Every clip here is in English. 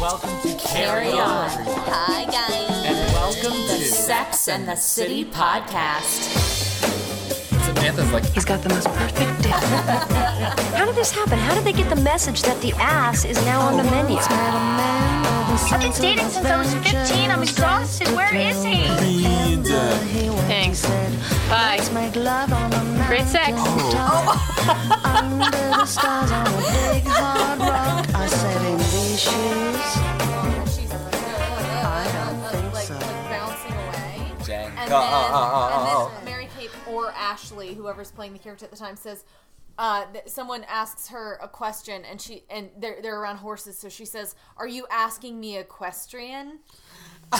Welcome to Carry On. Hi, guys. And welcome The to Sex and the City podcast. Samantha's like, He's got the most perfect dick. How did this happen? How did they get the message that the ass is now on the menu? I've been dating since I was 15. I'm exhausted. Where is he? Thanks. Bye. Great sex. Oh. like, like bouncing away. Jane. And Oh, then, oh, oh, oh, and oh, then Mary Kate or Ashley, whoever's playing the character at the time, says, uh, th- someone asks her a question, and she and they're they're around horses, so she says, "Are you asking me equestrian?"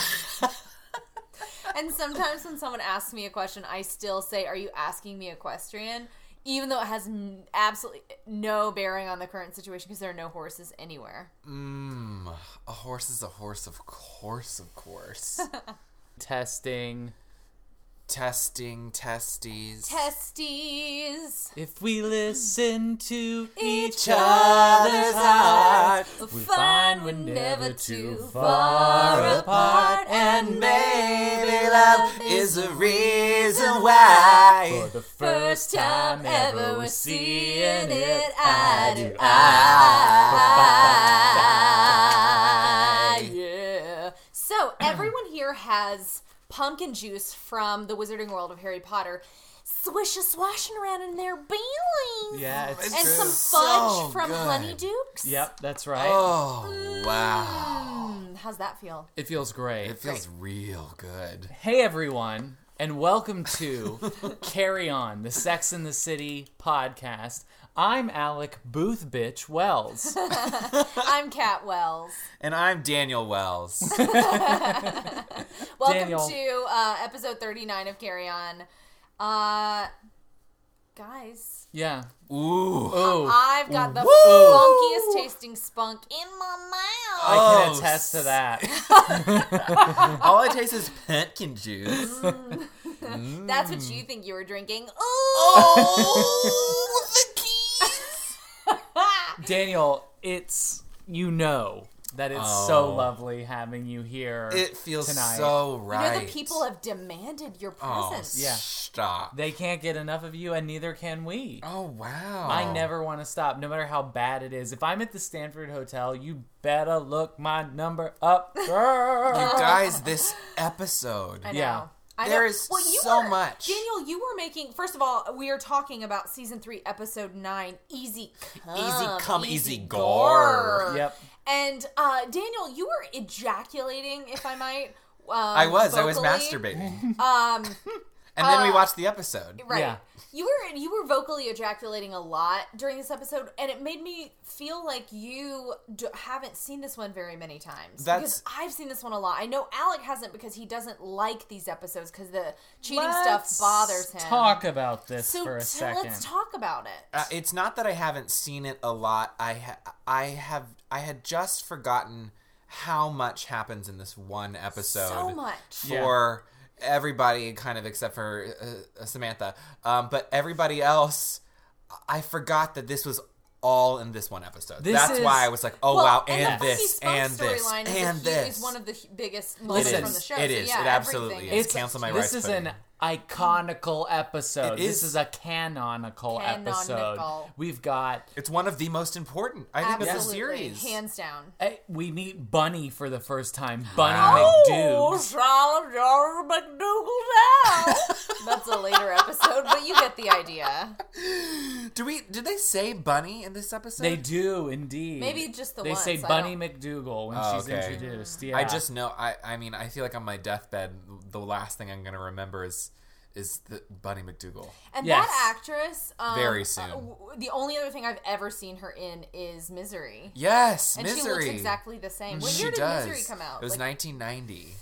and sometimes when someone asks me a question, I still say, "Are you asking me equestrian?" Even though it has n- absolutely no bearing on the current situation because there are no horses anywhere. a horse is a horse, of course, of course. testing. Testing, testes. Testes. If we listen to each each other's other's heart. heart, We we find find we're we're never never too too far far apart, apart, and and maybe maybe love love is is the the reason why. For the first time ever, we're seeing it eye to Ah, eye. ah, Yeah. So everyone here has pumpkin juice from the Wizarding World of Harry Potter. Swish a swashing around in their bellies. Yeah, it's and true. some So fudge from good. Honey Dukes. Yep, that's right. Oh, wow. Mm, How's that feel? It feels great. It feels real good. Hey everyone, and welcome to Carry On, the Sex in the City podcast. I'm Alec Booth Bitch Wells. I'm Cat Wells. And I'm Daniel Wells. Welcome Daniel. to uh, episode 39 of Carry On. Uh, guys, Yeah. Ooh. Oh, I've got the funkiest tasting spunk in my mouth. I Oh, can attest to that. All I taste is pumpkin juice. Mm. That's what you think you were drinking. Ooh. oh, the keys. Daniel, it's you know that it's so lovely having you here. Oh. It feels tonight. so You right. know, the people have demanded your Oh, presence. Yeah. stop. They can't get enough of you and neither can we. Oh, wow. I Um, never want to stop, no matter how bad it is. If I'm at the Stanford Hotel, you better look my number up, girl. You guys, this episode. Oh. I know. Yeah. I know. There is you so were- much. Daniel, you were making, first of all, we are talking about season three, episode nine, Easy Come. Come, Easy Gore. Yep. And uh, Daniel, you were ejaculating, if I might. Um, I was. I was vocally. masturbating. Um, And then we watched the episode. right. Yeah. You were you were vocally ejaculating a lot during this episode, and it made me feel like you d- haven't seen this one very many times. That's- because I've seen this one a lot. I know Alec hasn't because he doesn't like these episodes because the cheating stuff bothers him. Talk about this so for a t- second. let's talk about it. Uh, it's not that I haven't seen it a lot. I ha- I have I had just forgotten how much happens in this one episode. so much. for everybody, kind of except for uh, uh, Samantha. Um, but everybody else, I forgot that this was all in this one episode. This That's is- why I was like, oh Well, wow, and, the and, Funky this, Spunk and this, storyline is a and hu- this. is one of the hu- biggest moments Listen, from the show. it So, is. yeah, It absolutely everything is. It's cancel my rice This is pudding. an iconical episode. It This is. is a canonical, Canonical. episode. We've got it's one of the most important, I think, absolutely of the series. hands down. eh, we meet Bunny for the first time. Bunny Wow. Oh. McDougal. Charles McDougal now. That's a later episode, but you get the idea. Do we? Did they say bunny in this episode? They do indeed. Maybe just the they once, say I Bunny don't- McDougal when Oh, she's okay. introduced. Yeah, I just know. I. I mean, I feel like on my deathbed, the last thing I'm gonna remember is is the Bunny McDougal. And Yes. that actress, um, Very soon. uh, w- the only other thing I've ever seen her in is Misery, Yes, and misery. she looks exactly the same. When She year did does. Misery come out? It was Like, 1990.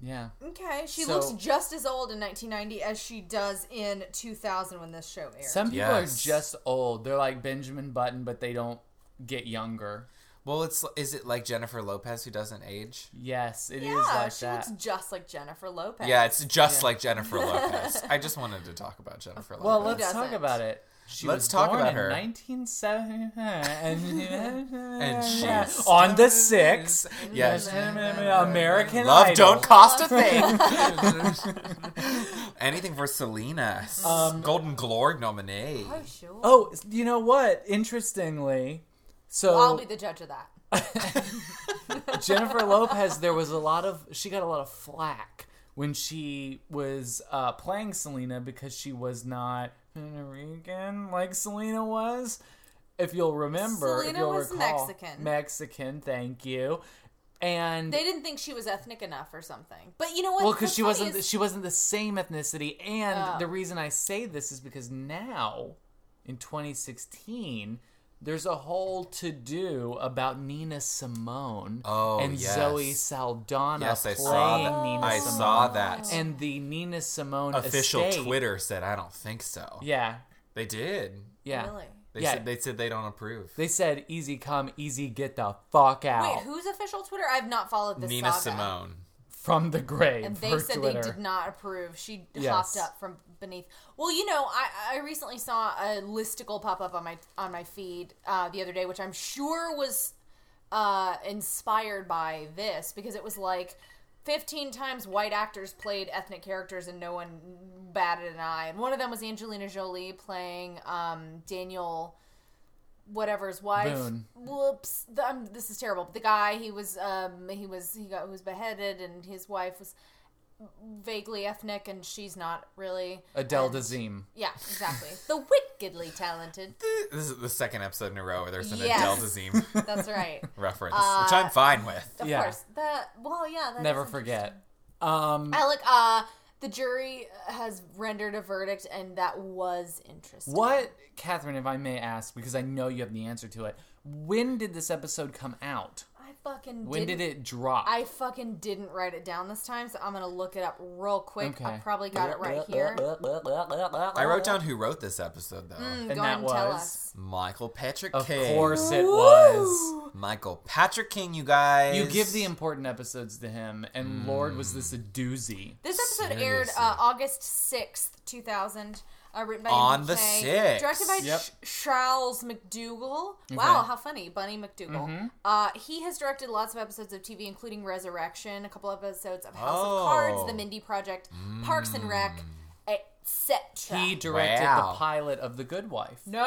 yeah. okay, she So- looks just as old in 1990 as she does in 2000 when this show aired. Some people Yes. are just old. They're like Benjamin Button, but they don't get younger. Well, it's is it like Jennifer Lopez who doesn't age? Yes, it is yeah, like she that. looks just like Jennifer Lopez. Yeah, it's just like Jennifer Lopez. I just wanted to talk about Jennifer Lopez. well, let's doesn't? talk about it. She Let's was talk born about in her. 1970 and- And she's on the six yes. American Love Idol. don't cost a thing. Anything for Selena. S- Um, Golden Glory nominee. Oh, sure. Oh, you know what? Interestingly, so I'll be the judge of that. Jennifer Lopez, there was a lot of she got a lot of flack when she was uh, playing Selena because she was not Puerto Rican like Selena was. If you'll remember, if Selena you'll was recall, Mexican. Mexican, thank you. And They didn't think she was ethnic enough or something. But you know what? well, because What's she funny wasn't is- she wasn't the same ethnicity, and the reason I say this is because now in 2016. There's a whole to do about Nina Simone Oh, and yes. Zoe Saldana Yes, I playing saw that. Nina I Simone. saw that. And the Nina Simone Official estate- Twitter said, "I don't think so." Yeah, They did. yeah. Really? They yeah. said they said they don't approve. They said, "Easy come, easy get the fuck out Wait, whose official Twitter? I've not followed this Nina saga. Simone. from the grave." And they for said Twitter. they did not approve. She Yes. hopped up from beneath. Well, you know, I, I recently saw a listicle pop up on my on my feed uh, the other day, which I'm sure was uh, inspired by this because it was like 15 times white actors played ethnic characters and no one batted an eye. And one of them was Angelina Jolie playing um, Daniel whatever's wife. Boone. Whoops! The, um, this is terrible. The guy he was um he was he got he was beheaded and his wife was vaguely ethnic and she's not really. Adele Dazeem. Yeah, exactly. the wickedly talented. This is the second episode in a row where there's an Yes. Uh, Adele Dazeem That's right. reference, which I'm fine with. Of Yeah. course. That well, yeah. That Never is forget. Um, interesting. Alec, uh, the jury has rendered a verdict, and that was interesting. What, Catherine, if I may ask, because I know you have the answer to it, when did this episode come out? I fucking When didn't- did it drop? I fucking didn't write it down this time, so I'm gonna look it up real quick. I Okay. Uh, probably got it right here. I oh. wrote down who wrote this episode though. Go And ahead that and tell was. us. Michael Patrick Of King. course it was. Michael Patrick King, you guys. You give the important episodes to him, and Lord, was this a doozy. This episode aired Seriously. uh, August 6th, 2000. Uh, written by On McKay, the 6th. Directed by Yep. Sh- Charles McDougall. Wow, how funny. Bunny McDougall. Mm-hmm. Uh, he has directed lots of episodes of TV, including Resurrection, a couple of episodes of House Oh. Mm. of Cards, The Mindy Project, Parks and Rec, etc. He directed Wow. the pilot of The Good Wife. No!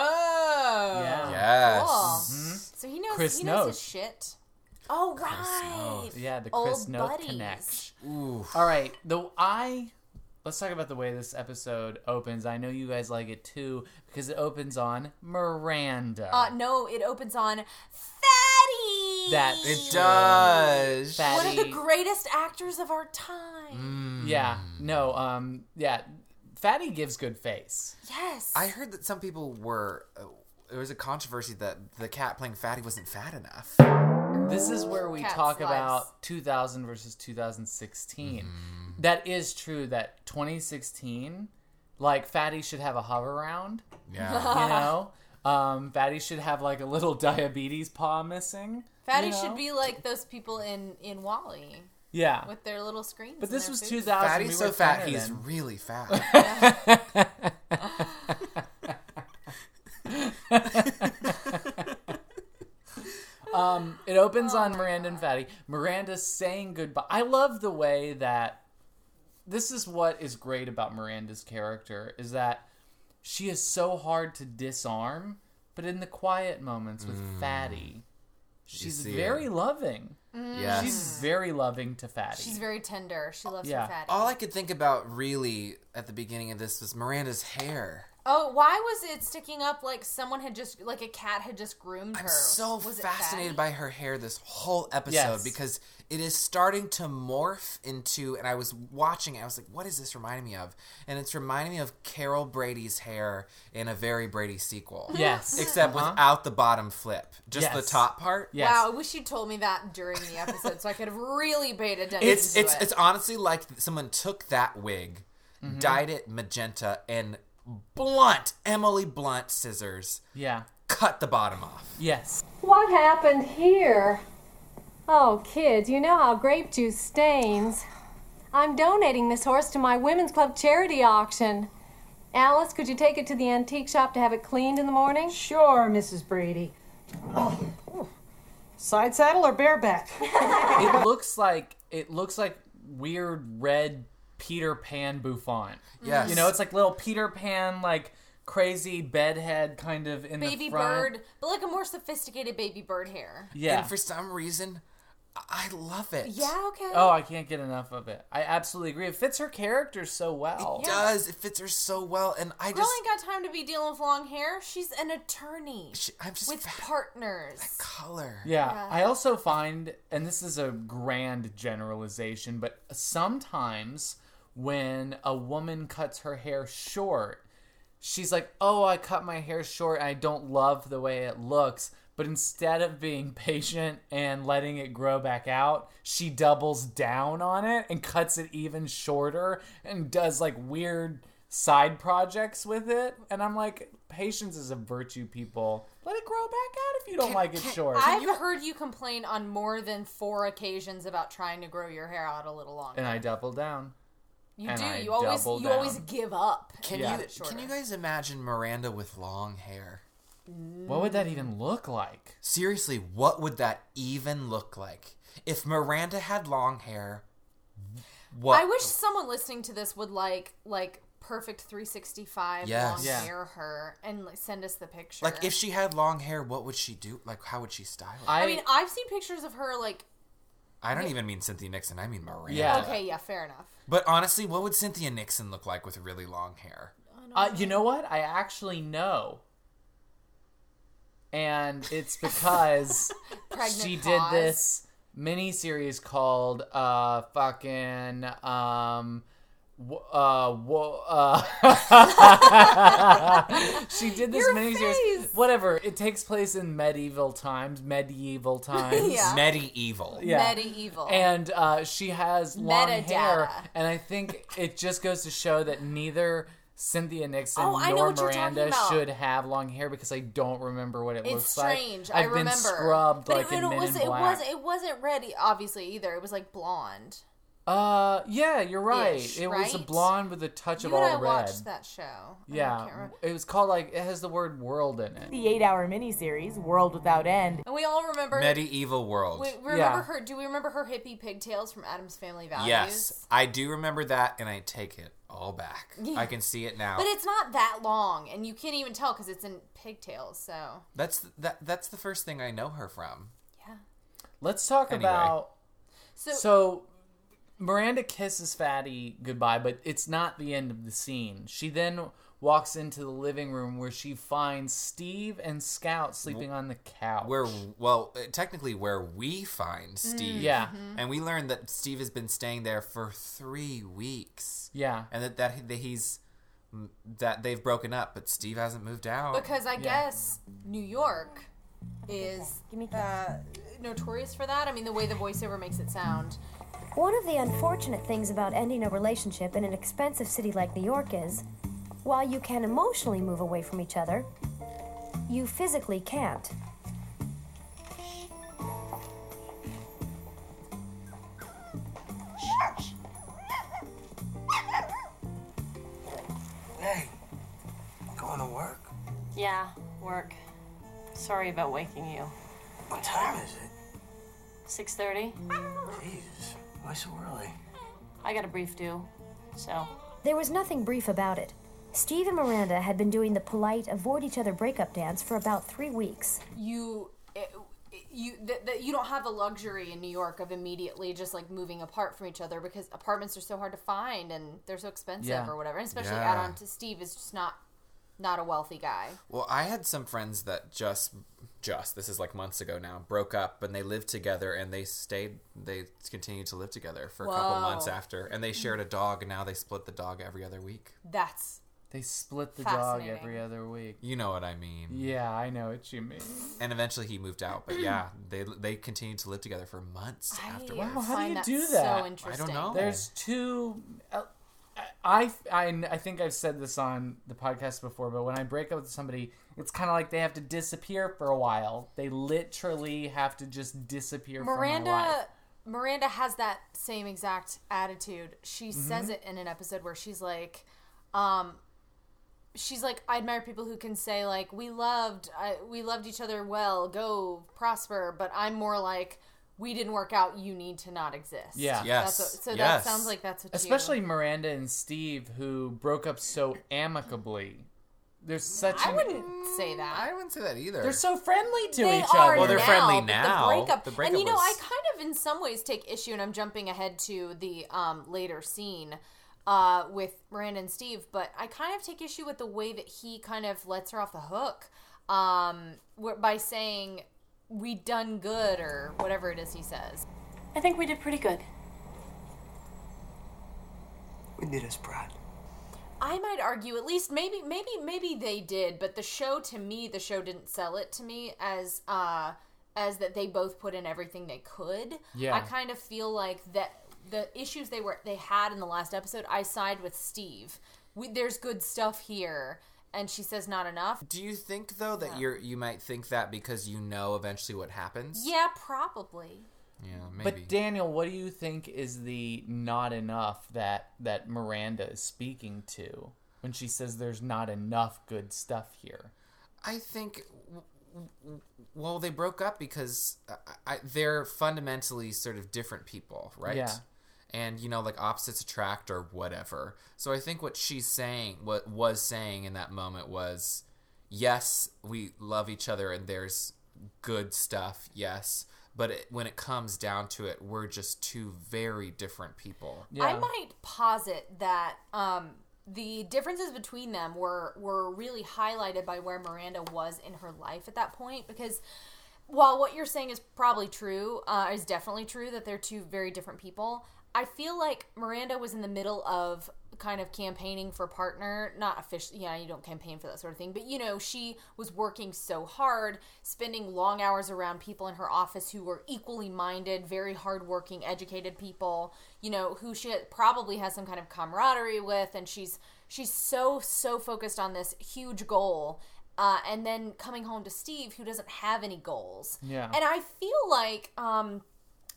Yeah. Yes. Cool. Mm-hmm. So he knows, Chris he knows, knows. his shit. Oh, right. Yeah, the Old Chris Noth buddies. connect. All right, though I let's talk about the way this episode opens. I know you guys like it too because it opens on Miranda. Uh, no, it opens on Fatty! That's It does. One Fatty. Mm. of the greatest actors of our time. Yeah. Hmm. No. Um. Yeah. Fatty gives good face. Yes. I heard that some people were. Uh, there was a controversy that the cat playing Fatty wasn't fat enough. This is where we Cat talk slice. about 2000 versus 2016. Hmm. That is true. That 2016, like Fatty should have a hover round. Yeah. Ah. You know. Um, Fatty should have like a little diabetes paw missing. Fatty you know? should be like those people in in Wally Yeah. with their little screens. But and this their was food. 2000. we Fatty's so were fat, thinner he's then. really fat. Um, It opens on Miranda and Fatty. Miranda saying goodbye. I love the way that this is what is great about Miranda's character is that she is so hard to disarm, but in the quiet moments with Fatty, she's Mm. see very it. loving. yes. She's very loving to Fatty. She's very tender. She loves Yeah. Oh. her fatty. All I could think about really at the beginning of this was Miranda's hair. oh, why was it sticking up like someone had just like a cat had just groomed her? I'm so was it fascinated fatty? by her hair this whole episode Yes. because it is starting to morph into, and I was watching it, I was like, what is this reminding me of? And it's reminding me of Carol Brady's hair in a very Brady sequel. yes. Except Uh-huh. without the bottom flip, just the Yes. top part. Yes. Wow, I wish you told me that during the episode so I could have really paid attention It's to it's it. it's honestly like someone took that wig, Mm-hmm. dyed it magenta, and blunt Emily Blunt scissors Yeah. cut the bottom off. Yes. What happened here? Oh, kids, you know how grape juice stains. I'm donating this horse to my women's club charity auction. Alice, could you take it to the antique shop to have it cleaned in the morning? Sure, Mrs. Brady. Side saddle or bareback? it looks like it looks like weird red Peter Pan bouffant. Yes. You know, it's like little Peter Pan like crazy bedhead kind of in Baby the front. bird, but like a more sophisticated baby bird hair. Yeah. And for some reason, I I love it. Yeah, okay. oh, I can't get enough of it. I absolutely agree. It fits her character so well. It does. It fits her so well, and I Girl just, ain't got time to be dealing with long hair. She's an attorney sh- I'm just with fa- partners. color. Yeah. I also find, and this is a grand generalization, but sometimes when a woman cuts her hair short, she's like, oh, I cut my hair short. I don't love the way it looks. But instead of being patient and letting it grow back out, she doubles down on it and cuts it even shorter and does like weird side projects with it. And I'm like, patience is a virtue, people. Let it grow back out if you don't like it short. I've heard you complain on more than four occasions about trying to grow your hair out a little longer. and I double down. you and do. I you always double you always down. give up. Can Yeah. you Shorter. can you guys imagine Miranda with long hair? What would that even look like? Seriously, what would that even look like if Miranda had long hair? What? I wish someone listening to this would like like perfect 365 Yes. long Yeah. hair her and like, send us the picture. Like if she had long hair, what would she do? Like how would she style it? I, I mean, I've seen pictures of her like I don't even mean Cynthia Nixon. I mean Miranda. Yeah. okay, yeah, fair enough. But honestly, what would Cynthia Nixon look like with really long hair? uh, you know what? I actually know. And it's because Pregnant she did pause. this mini series called uh fucking um w- uh, wo- uh she did this Your mini series face. whatever it takes place in medieval times medieval times Yeah. Medieval. Yeah. Medieval. and uh, she has long Metadata. hair, and I think it just goes to show that neither Cynthia Nixon Oh, I know nor what you're talking Miranda about. should have long hair because I don't remember what it it's looks strange. like. I've I remember. been scrubbed but like it, in Men was in it Black. was it wasn't red e, obviously either. It was like blonde. uh, yeah, you're right. Ish, it was a right? blonde with a touch of you and I all red. watched that show. I can't Yeah, remember. it was called like it has the word "world" in it. The eight hour miniseries, World Without End. And we all remember Medieval world. we remember Yeah. her do we remember her hippie pigtails from Adam's Family Values? yes, I do remember that, and I take it all back. I can see it now. But it's not that long, and you can't even tell because it's in pigtails. So that's th- that. That's the first thing I know her from. Let's talk Anyway. about so, So Miranda kisses Fatty goodbye, but it's not the end of the scene. She then walks into the living room where she finds Steve and Scout sleeping on the couch. Where well, uh, technically, where we Mm. find Steve. Yeah. Mm-hmm. And we learned that Steve has been staying there for three weeks, Yeah. and that that, that he's that they've broken up, but Steve hasn't moved out. because I guess New York is uh, notorious for that. I mean, the way the voiceover makes it sound. One of the unfortunate things about ending a relationship in an expensive city like New York is, while you can emotionally move away from each other, you physically can't. Hey, going to work? Yeah, work. Sorry about waking you. What time is it? 6:30. Jesus, why so early? I got a brief due, so There was nothing brief about it. Steve and Miranda had been doing the polite avoid each other breakup dance for about three weeks. You. It, you that, that you don't have the luxury in New York of immediately just like moving apart from each other because apartments are so hard to find and they're so expensive Yeah. or whatever. And especially Yeah. add on to Steve is just not not a wealthy guy. Well, I had some friends that just just this is like months ago now broke up and they lived together and they stayed they continued to live together for a couple Whoa. months after and they shared a dog and now they split the dog every other week. That's They split the dog Fascinating. every other week. You know what I mean. Yeah, I know what you mean. And eventually he moved out, but yeah, they they continued to live together for months afterwards. Well, how do find you that do So that? interesting. know. There's two. uh, I, I, I think I've said this on the podcast before, but when I break up with somebody, it's kind of like they have to disappear for a while. They literally have to just disappear from my life. Miranda Miranda has that same Mm-hmm. exact attitude. She says it in an episode where she's like, um, she's like I admire people who can say like we loved I, we loved each other well go prosper but I'm more like we didn't work out you need to not exist Yeah. That's Yes. what- so that Yes. sounds like that's what Especially you, Miranda and Steve, who broke up so amicably. There's such. I an- wouldn't say that I wouldn't say that either They're so friendly to they each are other. Well, they're now, friendly but now. The breakup, The breakup and you know, was- I kind of, in some ways, take issue, and I'm jumping ahead to the um, later scene uh, with Miranda and Steve, but I kind of take issue with the way that he kind of lets her off the hook um, wh- by saying, "We done good" or whatever it is he says. I think we did pretty good. We did us proud. I might argue at least maybe maybe maybe they did, but the show to me the show didn't sell it to me as uh as that they both put in everything they could. Yeah. I kind of feel like that the issues they were they had in the last episode, I side with Steve. We, there's good stuff here and she says not enough. Do you think though that you're you might think that because you know eventually what happens? Yeah, probably. Yeah, maybe. But Daniel, what do you think is the not enough that that Miranda is speaking to when she says there's not enough good stuff here? I think w- w- well they broke up because uh, I, I, they're fundamentally sort of different people, right? Yeah. And you know, like opposites attract or whatever. So I think what she's saying, what was saying in that moment was, yes, we love each other and there's good stuff, yes. But it, when it comes down to it, we're just two very different people. I might posit that um, the differences between them were were really highlighted by where Miranda was in her life at that point because while what you're saying is probably true, uh, is definitely true that they're two very different people. I feel like Miranda was in the middle of kind of campaigning for partner, not officially. Yeah, you don't campaign for that sort of thing, but you know, she was working so hard, spending long hours around people in her office who were equally minded, very hardworking, educated people. You know, who she probably has some kind of camaraderie with, and she's she's so so focused on this huge goal. Uh, and then coming home to Steve, who doesn't have any goals. Yeah. And I feel like um,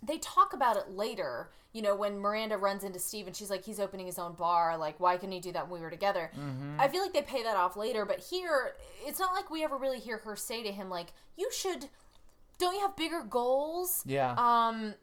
they talk about it later. You know, when Miranda runs into Steve and she's like, he's opening his own bar. Like, why couldn't he do that when we were together? Mhm. I feel like they pay that off later. But here, it's not like we ever really hear her say to him, like, you should, don't you have bigger goals? Yeah. Um,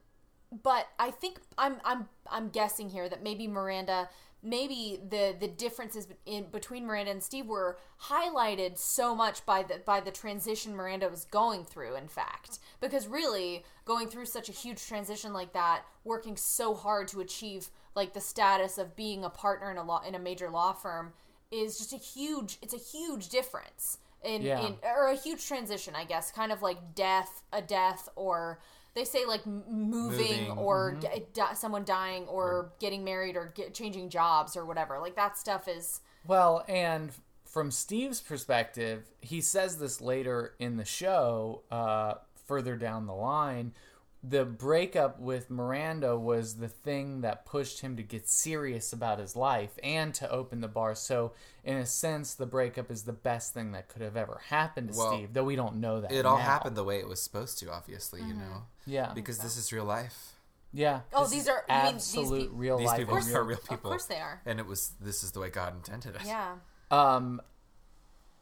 but I think I'm I'm I'm guessing here that maybe Miranda maybe the the differences in between Miranda and Steve were highlighted so much by the by the transition Miranda was going through in fact because really going through such a huge transition like that working so hard to achieve like the status of being a partner in a law in a major law firm is just a huge it's a huge difference in, Yeah. in or a huge transition I guess kind of like death a death or they say like m- moving, Moving. or mm-hmm. Mhm. di- di- someone dying or getting married or get, changing jobs or whatever like that stuff is Well, and from Steve's perspective, he says this later in the show, uh, further down the line. The breakup with Miranda was the thing that pushed him to get serious about his life and to open the bar. So, in a sense, the breakup is the best thing that could have ever happened to Well, Steve, though we don't know that. It all now. happened the way it was supposed to, obviously, you know. Yeah. Because this is real life. Yeah. Oh, these are- you mean these absolute peop- real These life. people and are real people. of course they are And it was this is the way God intended it. yeah Um,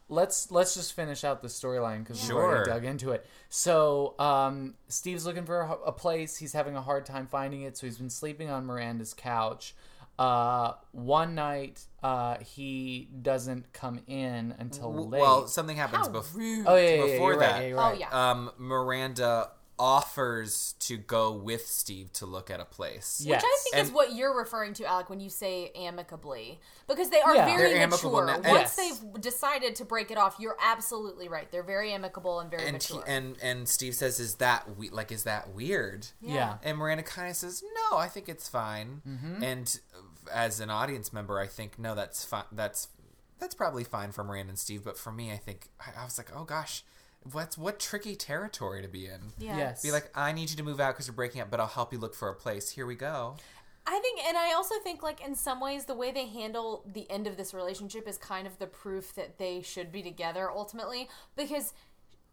let's let's just finish out the storyline because we Sure. already dug into it. So, um, Steve's looking for a, a place. He's having a hard time finding it, so he's been sleeping on Miranda's couch. Uh, one night, uh, he doesn't come in until W- late. Well, something happens bef- Oh yeah, yeah, yeah, before you're right, that. yeah, you're right. Oh, yeah. Um, Miranda offers to go with Steve to look at a place. which I think is And- what you're referring to Alec when you say amicably because they are Yeah. very They're amicable mature now- once Yes. they've decided to break it off you're absolutely right they're very amicable and very and he, mature and and Steve says, "Is that we- like is that weird?" Yeah. Yeah. And Miranda kind of says, "No, I think it's fine." Mhm. And uh, as an audience member, I think no, that's fine. That's that's probably fine for Miranda and Steve, but for me, I think I, I was like, "Oh gosh, what's what tricky territory to be in?" Yeah. Yes. Be like, "I need you to move out because you're breaking up, but I'll help you look for a place. Here we go." I think, and I also think, like in some ways, the way they handle the end of this relationship is kind of the proof that they should be together ultimately. Because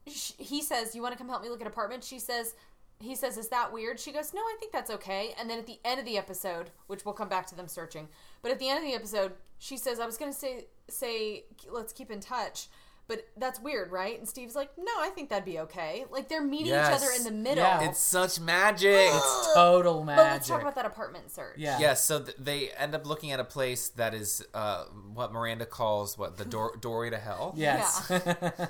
sh he says, "You want to come help me look at apartment?" She says, he says, Is that weird? She goes, No, I think that's okay. And then at the end of the episode, which we'll come back to them searching, but at the end of the episode, she says, I was going to say, say, let's keep in touch. But that's weird, right? And Steve's like, "No, I think that'd be okay." Like they're meeting each other in the middle. It's such magic. It's total but magic. let's talk about that apartment search. Yeah. so th- they end up looking at a place that is uh, what Miranda calls what the door doorway to hell. Yes. and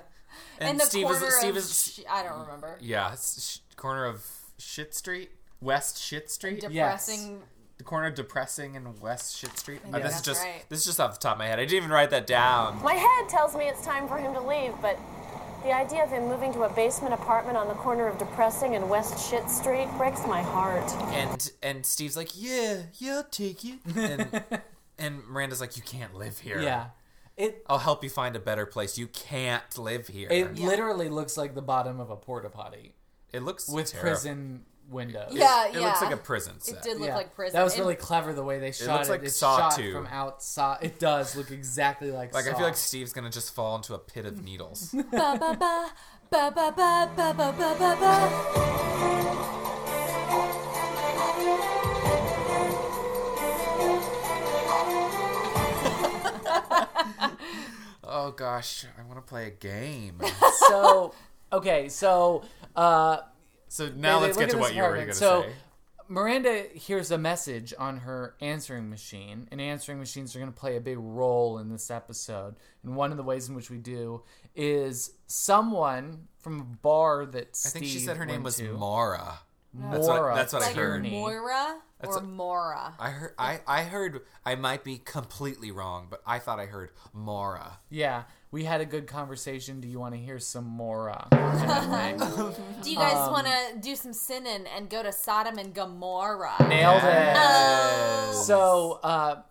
in the Steve is corner Steve of is sh- I don't remember. yeah, it's sh- corner of Shit Street, West Shit Street. Depressing. The corner of depressing and West Shit Street. I Uh, think this is that's just right. this is just off the top of my head. I didn't even write that down. My head tells me it's time for him to leave, but the idea of him moving to a basement apartment on the corner of Depressing and West Shit Street breaks my heart. And and Steve's like, yeah, yeah, I'll take it. And and Miranda's like, you can't live here. Yeah. It. I'll help you find a better place. You can't live here. It literally looks like the bottom of a porta potty. It looks with terrible. prison windows. Yeah, It- it looks yeah. like a prison set. did look like prison. That was It- really clever the way they shot it. looks like it's Saw shot too. from outside. It does look exactly like. Like I Saw. feel like Steve's gonna just fall into a pit of needles. ba ba ba ba ba ba ba ba ba ba ba. oh gosh, I want to play a game. so okay, so uh So now they- let's they look get to at what this you were apartment. gonna so, say. Miranda hears a message on her answering machine, and answering machines are going to play a big role in this episode. And one of the ways in which we do is someone from a bar that I think she Steve said her name went was to- Mara. Mora. That's what, that's what I Like heard. Moira That's or a- Mora. I heard. I, I heard. I might be completely wrong, but I thought I heard Mara. Yeah, we had a good conversation. Do you want to hear some more? Uh, Do you guys Um, want to do some sinning and go to Sodom and Gomorrah? Nailed it. Yes. So, uh,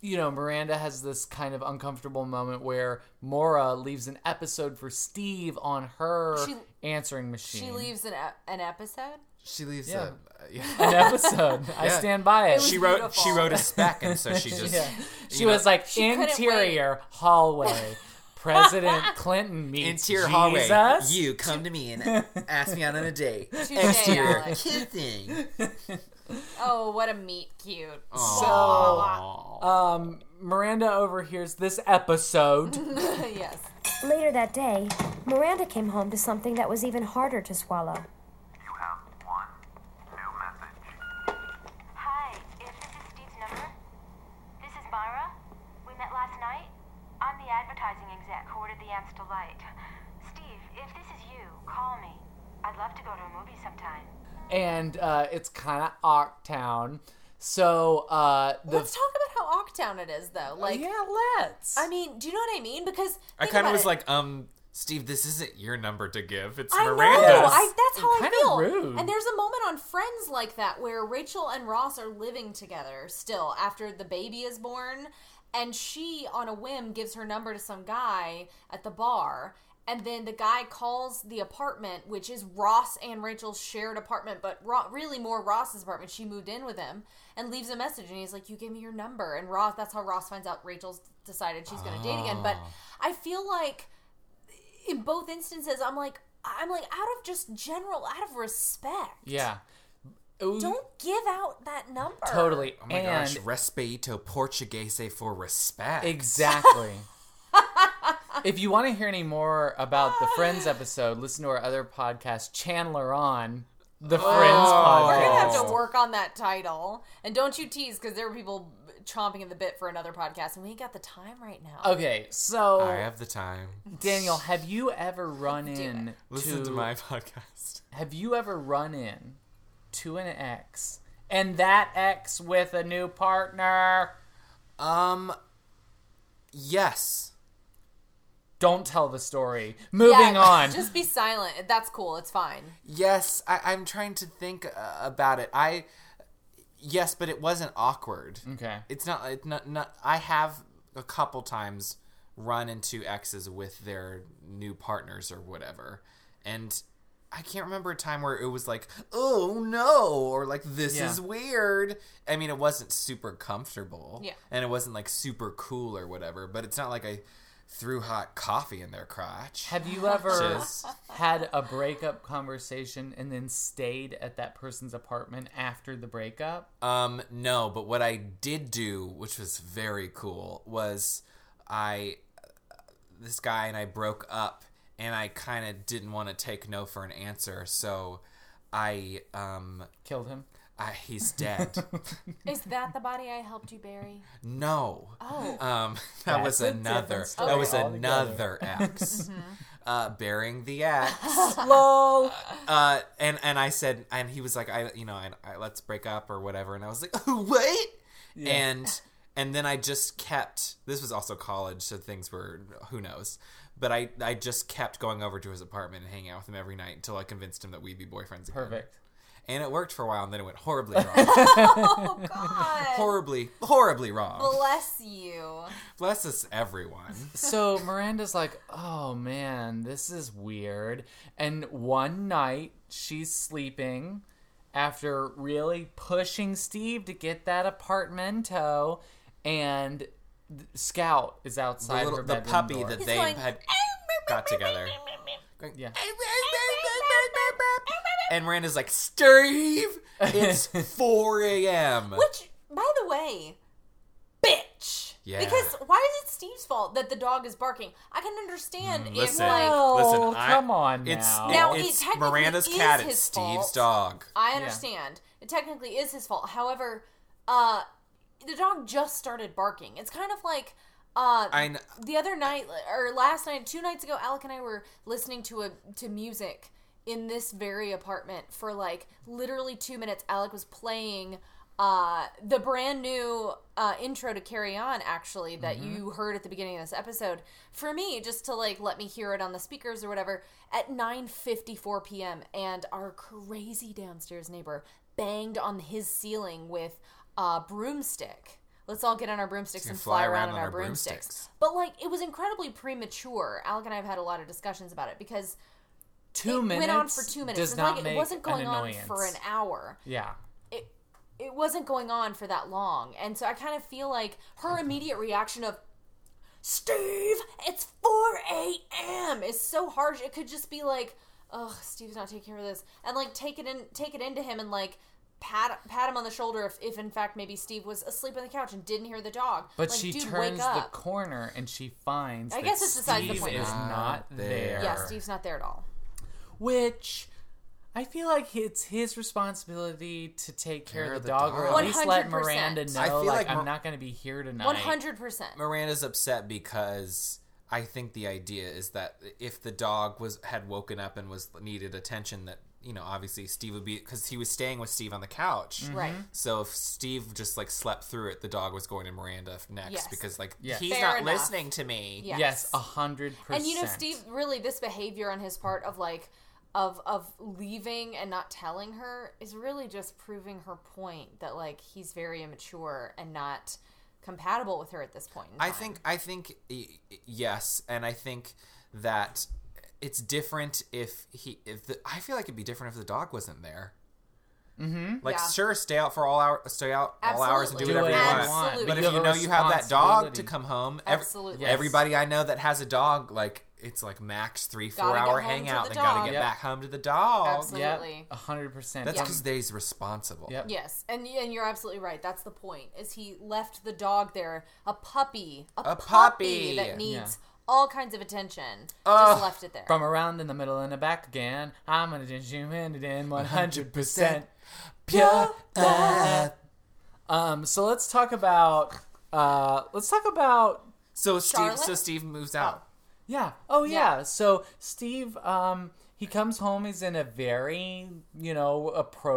you know, Miranda has this kind of uncomfortable moment where Mora leaves an episode for Steve on her She- answering machine. She leaves an, ep- an episode. She leaves Yeah. a, yeah. An episode. I stand by it. It was she wrote. She beautiful. wrote a spec, and so she just. Yeah. you She know, was like She couldn't interior hallway. President Clinton meets Interior Jesus. hallway. You come to me and ask me out on a date. Tuesday, Exterior Alex. kissing. Oh, what a meat cute. So, um, Miranda overhears this episode. yes. Later that day, Miranda came home to something that was even harder to swallow. Hi, is this is Steve's number? This is Myra. We met last night. I'm the advertising exec who ordered the Amstel Light. Steve, if this is you, call me. I'd love to go to a movie sometime. and uh, it's kind of Octown. So uh, the Let's talk about how Octown it is, though. Like, yeah, let's. I mean, do you know what I mean? Because I think kind about of was it. like, um, Steve, this isn't your number to give. It's I know. Miranda's. I, that's how I Kinda feel. rude. And there's a moment on Friends like that where Rachel and Ross are living together still after the baby is born, and she on a whim gives her number to some guy at the bar. And then the guy calls the apartment, which is Ross and Rachel's shared apartment, but Ro- really more Ross's apartment. She moved in with him and leaves a message, and he's like, "You gave me your number." And Ross, that's how Ross finds out Rachel's decided she's going to date again. But Ah. I feel like in both instances, I'm like, I'm like out of just general, out of respect. yeah, Ooh, Don't give out that number. totally. Oh my and gosh, respeito portuguese for respect. Exactly. if you want to hear any more about the Friends episode, listen to our other podcast, Chandler on the Friends podcast. Oh. Oh. We're gonna have to work on that title, and don't you tease because there were people chomping at the bit for another podcast, and we ain't got the time right now. Okay, so I have the time. Daniel, have you ever run in? Listen to my podcast. Have you ever run in to an ex and that ex with a new partner? Um, yes. Don't tell the story. Moving Yeah, on. Just be silent. That's cool. It's fine. Yes, I, I'm trying to think uh, about it. I yes, but it wasn't awkward. Okay. It's not. It's not. Not. I have a couple times run into exes with their new partners or whatever, and I can't remember a time where it was like, oh no, or like this Yeah. is weird. I mean, it wasn't super comfortable. Yeah. And it wasn't like super cool or whatever. But it's not like I threw hot coffee in their crotch. Have you ever Just- had a breakup conversation and then stayed at that person's apartment after the breakup? Um, no, but what I did do, which was very cool, was I this guy and I broke up, and I kind of didn't want to take no for an answer, so I um killed him. I, he's dead. Is that the body I helped you bury? No. Oh. Um, that That's was a different another. story That was altogether. another ex. uh, burying the ex. Lol. Uh, and and I said, and he was like, I, you know, I, I, let's break up or whatever. And I was like, oh, what? Yeah. And and then I just kept. This was also college, so things were who knows. But I I just kept going over to his apartment and hanging out with him every night until I convinced him that we'd be boyfriends again. Perfect. And it worked for a while, and then it went horribly wrong. oh God! Horribly, horribly wrong. Bless you. Bless us, everyone. so Miranda's like, oh man, this is weird. And one night she's sleeping after really pushing Steve to get that apartmento, and th- Scout is The, outside little- her the bedroom puppy door. that they had got together. Yeah. And Miranda's like, Steve, it's 4 a.m. Which, by the way, bitch. Yeah. Because why is it Steve's fault that the dog is barking? I can understand if Listen, like listen, Oh, I- come on It's, now. it- Now, it it's technically Miranda's is cat, it's his Steve's fault. dog. I understand. It technically is his fault. However, uh, the dog just started barking. It's kind of like uh, I kn- the other night or last night, two nights ago, Alec and I were listening to a to music in this very apartment for like literally two minutes. Alec was playing. Uh, the brand new uh, intro to Carry On, actually, that Mhm. you heard at the beginning of this episode, for me, just to like let me hear it on the speakers or whatever, at 9:54 p.m. And our crazy downstairs neighbor banged on his ceiling with a broomstick. Let's all get on our broomsticks You and fly fly around around on on our our broomsticks. broomsticks. But like, it was incredibly premature. Alec and I have had a lot of discussions about it because Two it minutes went on for two minutes. Does It's not like make it wasn't going an on annoyance. for an hour Yeah. it it wasn't going on for that long and so i kind of feel like her immediate reaction of steve it's 4 a.m is so harsh it could just be like oh steve's not taking care of this and like take it in take it into him and like pat pat him on the shoulder if, if in fact maybe steve was asleep on the couch and didn't hear the dog But like she dude turns wake the up corner and she finds I that guess it's besides the Steve point is now. not there. yeah steve's not there at all Which I feel like it's his responsibility to take care, of the, dog, or dog. at least let 100%. Miranda know I feel like, like I'm Mir- not going to be here tonight. 100% Miranda's upset because I think the idea is that if the dog was had woken up and was needed attention, that you know, obviously Steve would be because he was staying with Steve on the couch, Right. Mhm. So if Steve just like slept through it, the dog was going to Miranda f- next Yes. because like Yes. he's Fair not enough. listening to me. Yes. Yes, a hundred percent. And you know, Steve, really, this behavior on his part of like, of of leaving and not telling her is really just proving her point that like he's very immature and not compatible with her at this point. in I time. think I think y- y- yes, and I think that it's different if he if the, I feel like it'd be different if the dog wasn't there. Mm-hmm. Like Yeah. sure, stay out for all hours, stay out all hours and do Absolutely. whatever Do you whatever you want. want. But You if have you a know you have that dog responsibility. to come home, ev- Absolutely. Yes. everybody I know that has a dog, like it's like max three four Gotta get hour home to hangout. the They gotta dog. get Yep. back home to the dog. Absolutely. a hundred percent. That's Yeah. because they's responsible. Yep. Yes, and and you're absolutely right. That's the point. Is he left the dog there, a puppy, a, A puppy. puppy. that needs Yeah. all kinds of attention, Ugh. just left it there. From around in the middle and the back again, I'm gonna just zoom in it in 100% pure love. Um, so let's talk about, uh, let's talk about. So Steve, so Steve moves out. Yeah. Oh yeah. So Steve, um, he comes home. He's in a very, you know,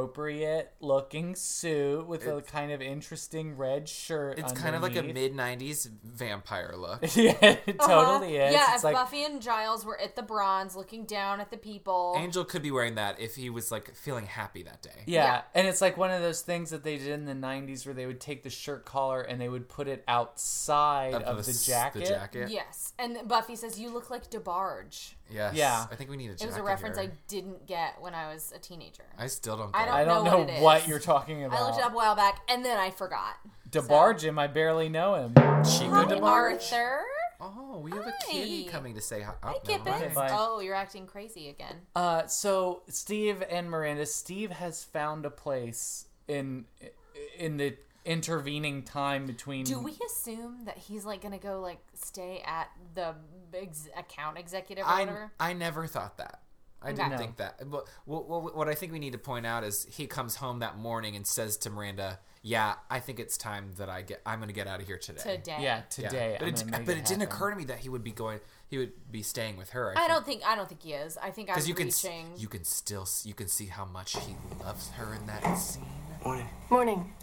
appropriate looking suit with a It's- kind of interesting red shirt. It's kind of like a underneath. mid '90s vampire look. yeah, it totally Uh-huh. is. Yeah, it's if like Buffy and Giles were at the bronze, looking down at the people. Angel could be wearing that if he was like feeling happy that day. Oh. yeah, and it's like one of those things that they did in the '90s where they would take the shirt collar and they would put it outside of, Of the, the s- the jacket. jacket. Yes, and Buffy says you look like DeBarge. Yes. Yeah. I think we need a It was a jacket reference here. I didn't get when I was a teenager. I still don't. I get it. don't, know, what, it is. what you're talking I looked it about. up a while back and then I forgot. DeBarge him, I barely know him. Chico Arthur. Oh, we have a kitty Hi. coming to say hi. Oh, Hey, never mind. Kippins. Bye. Oh, you're acting crazy again. Um, Uh, so Steve and Miranda, Steve has found a place in in the intervening time between. Do we assume that he's like gonna go like stay at the ex- account executive or I, whatever? I never thought that. I Okay. didn't No. think that. But what, what, what I think we need to point out is he comes home that morning and says to Miranda, "Yeah, I think it's time that I get. I'm going to get out of here today. Today. Yeah, today But, I'm it, gonna make but it it didn't happen. occur to me that he would be going. He would be staying with her. I, don't think I don't think he is. I think I'm you can s- reaching. you can still s- you can see how much he loves her in that scene. Morning.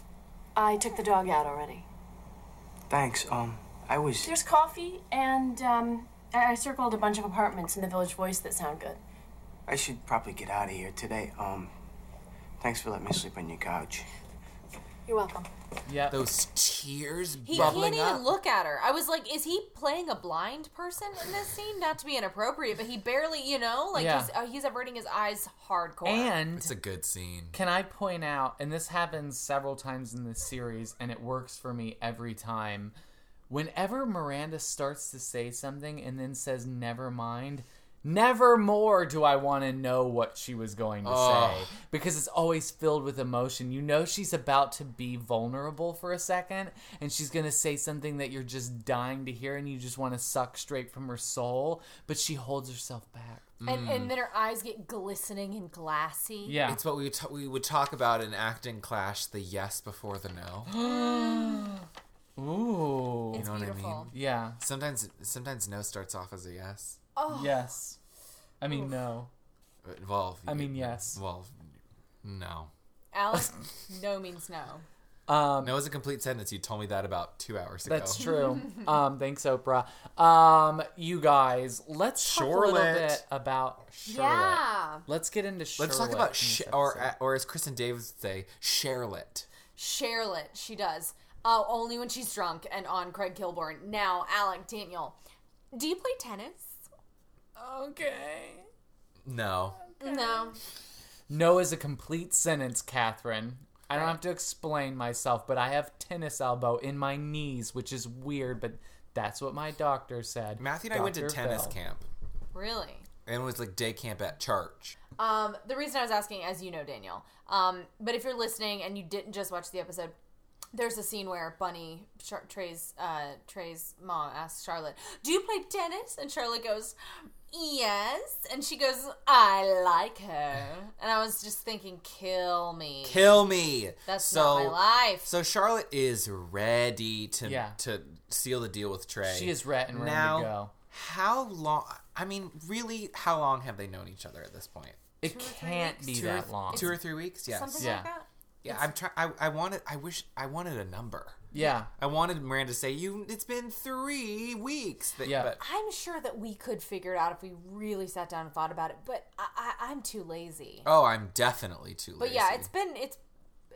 I took the dog out already. Thanks. Um, I was. There's coffee, and um, I I circled a bunch of apartments in the Village Voice that sound good. I should probably get out of here today. Um, thanks for letting me sleep on your couch. You're welcome. Yeah. Those tears He bubbling can't up. even look at her. I was like, is he playing a blind person in this scene? Not to be inappropriate, but he barely, you know, like Yeah. he's, uh, he's averting his eyes hardcore. And it's a good scene. Can I point out, and this happens several times in this series, and it works for me every time. Whenever Miranda starts to say something and then says, never mind, never more do I want to know what she was going to Ugh. say because it's always filled with emotion. You know, she's about to be vulnerable for a second and she's going to say something that you're just dying to hear and you just want to suck straight from her soul, but she holds herself back. Mm, and, and then her eyes get glistening and glassy. it's what we would ta- we would talk about in acting clash: the yes before the no. Ooh. you know what I beautiful. mean? Yeah. Sometimes sometimes no starts off as a yes. Oh. Yes. I mean, no. Well, I mean, yes. Well, no. Alex, no means no. Um, no is a complete sentence. You told me that about two hours ago. That's true. um, thanks, Oprah. Um, you guys, let's talk a little Charlotte. bit about Charlotte. Yeah. Let's get into Charlotte. Let's talk about in this sh- episode. or uh, or as Kristen Davis would say, Charlotte. Charlotte, she does. Uh, only when she's drunk and on Craig Kilborn. Now, Alec Daniel, do you play tennis? Okay. No. No. No is a complete sentence, Catherine. I don't have to explain myself, but I have tennis elbow in my knees, which is weird, but that's what my doctor said. Matthew and I went to Dr. tennis Phil. camp, Really? and it was like day camp at church. Um, the reason I was asking, as you know, Daniel, um, but if you're listening and you didn't just watch the episode, there's a scene where Bunny Char- Trey's uh, Trey's mom asks Charlotte, "Do you play tennis?" And Charlotte goes, "Yes." And she goes, "I like her." And I was just thinking, "Kill me, Kill me. That's so, not my life. So Charlotte is ready to Yeah. to seal the deal with Trey. She is ready and ready to now, go. How long? I mean, really, how long have they known each other at this point? It can't be Two or that th- long. Two or three weeks? Yes. Something like Yeah. that? Yeah, I'm trying. I I wanted. I wish I wanted a number. Yeah. I wanted Miranda to say you. It's been three weeks. That, Yeah. But I'm sure that we could figure it out if we really sat down and thought about it, but I, I, I'm too lazy. oh, I'm definitely too late. But yeah, it's been it's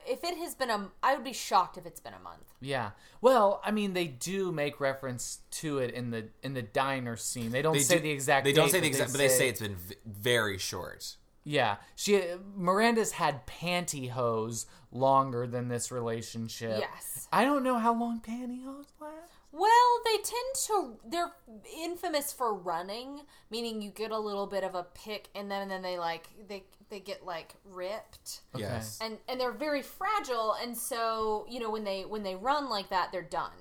if it has been a I would be shocked if it's been a month. Yeah. Well, I mean, they do make reference to it in the in the diner scene. They don't say the exact. They don't date, say the exact. But they say it's been v- very short. Yeah, she Miranda's had pantyhose longer than this relationship. Yes. I don't know how long pantyhose last. Well, they tend to they're infamous for running, meaning you get a little bit of a pick and then and then they like they they get like ripped. Okay. Yes. And and they're very fragile and so, you know, when they when they run like that, they're done.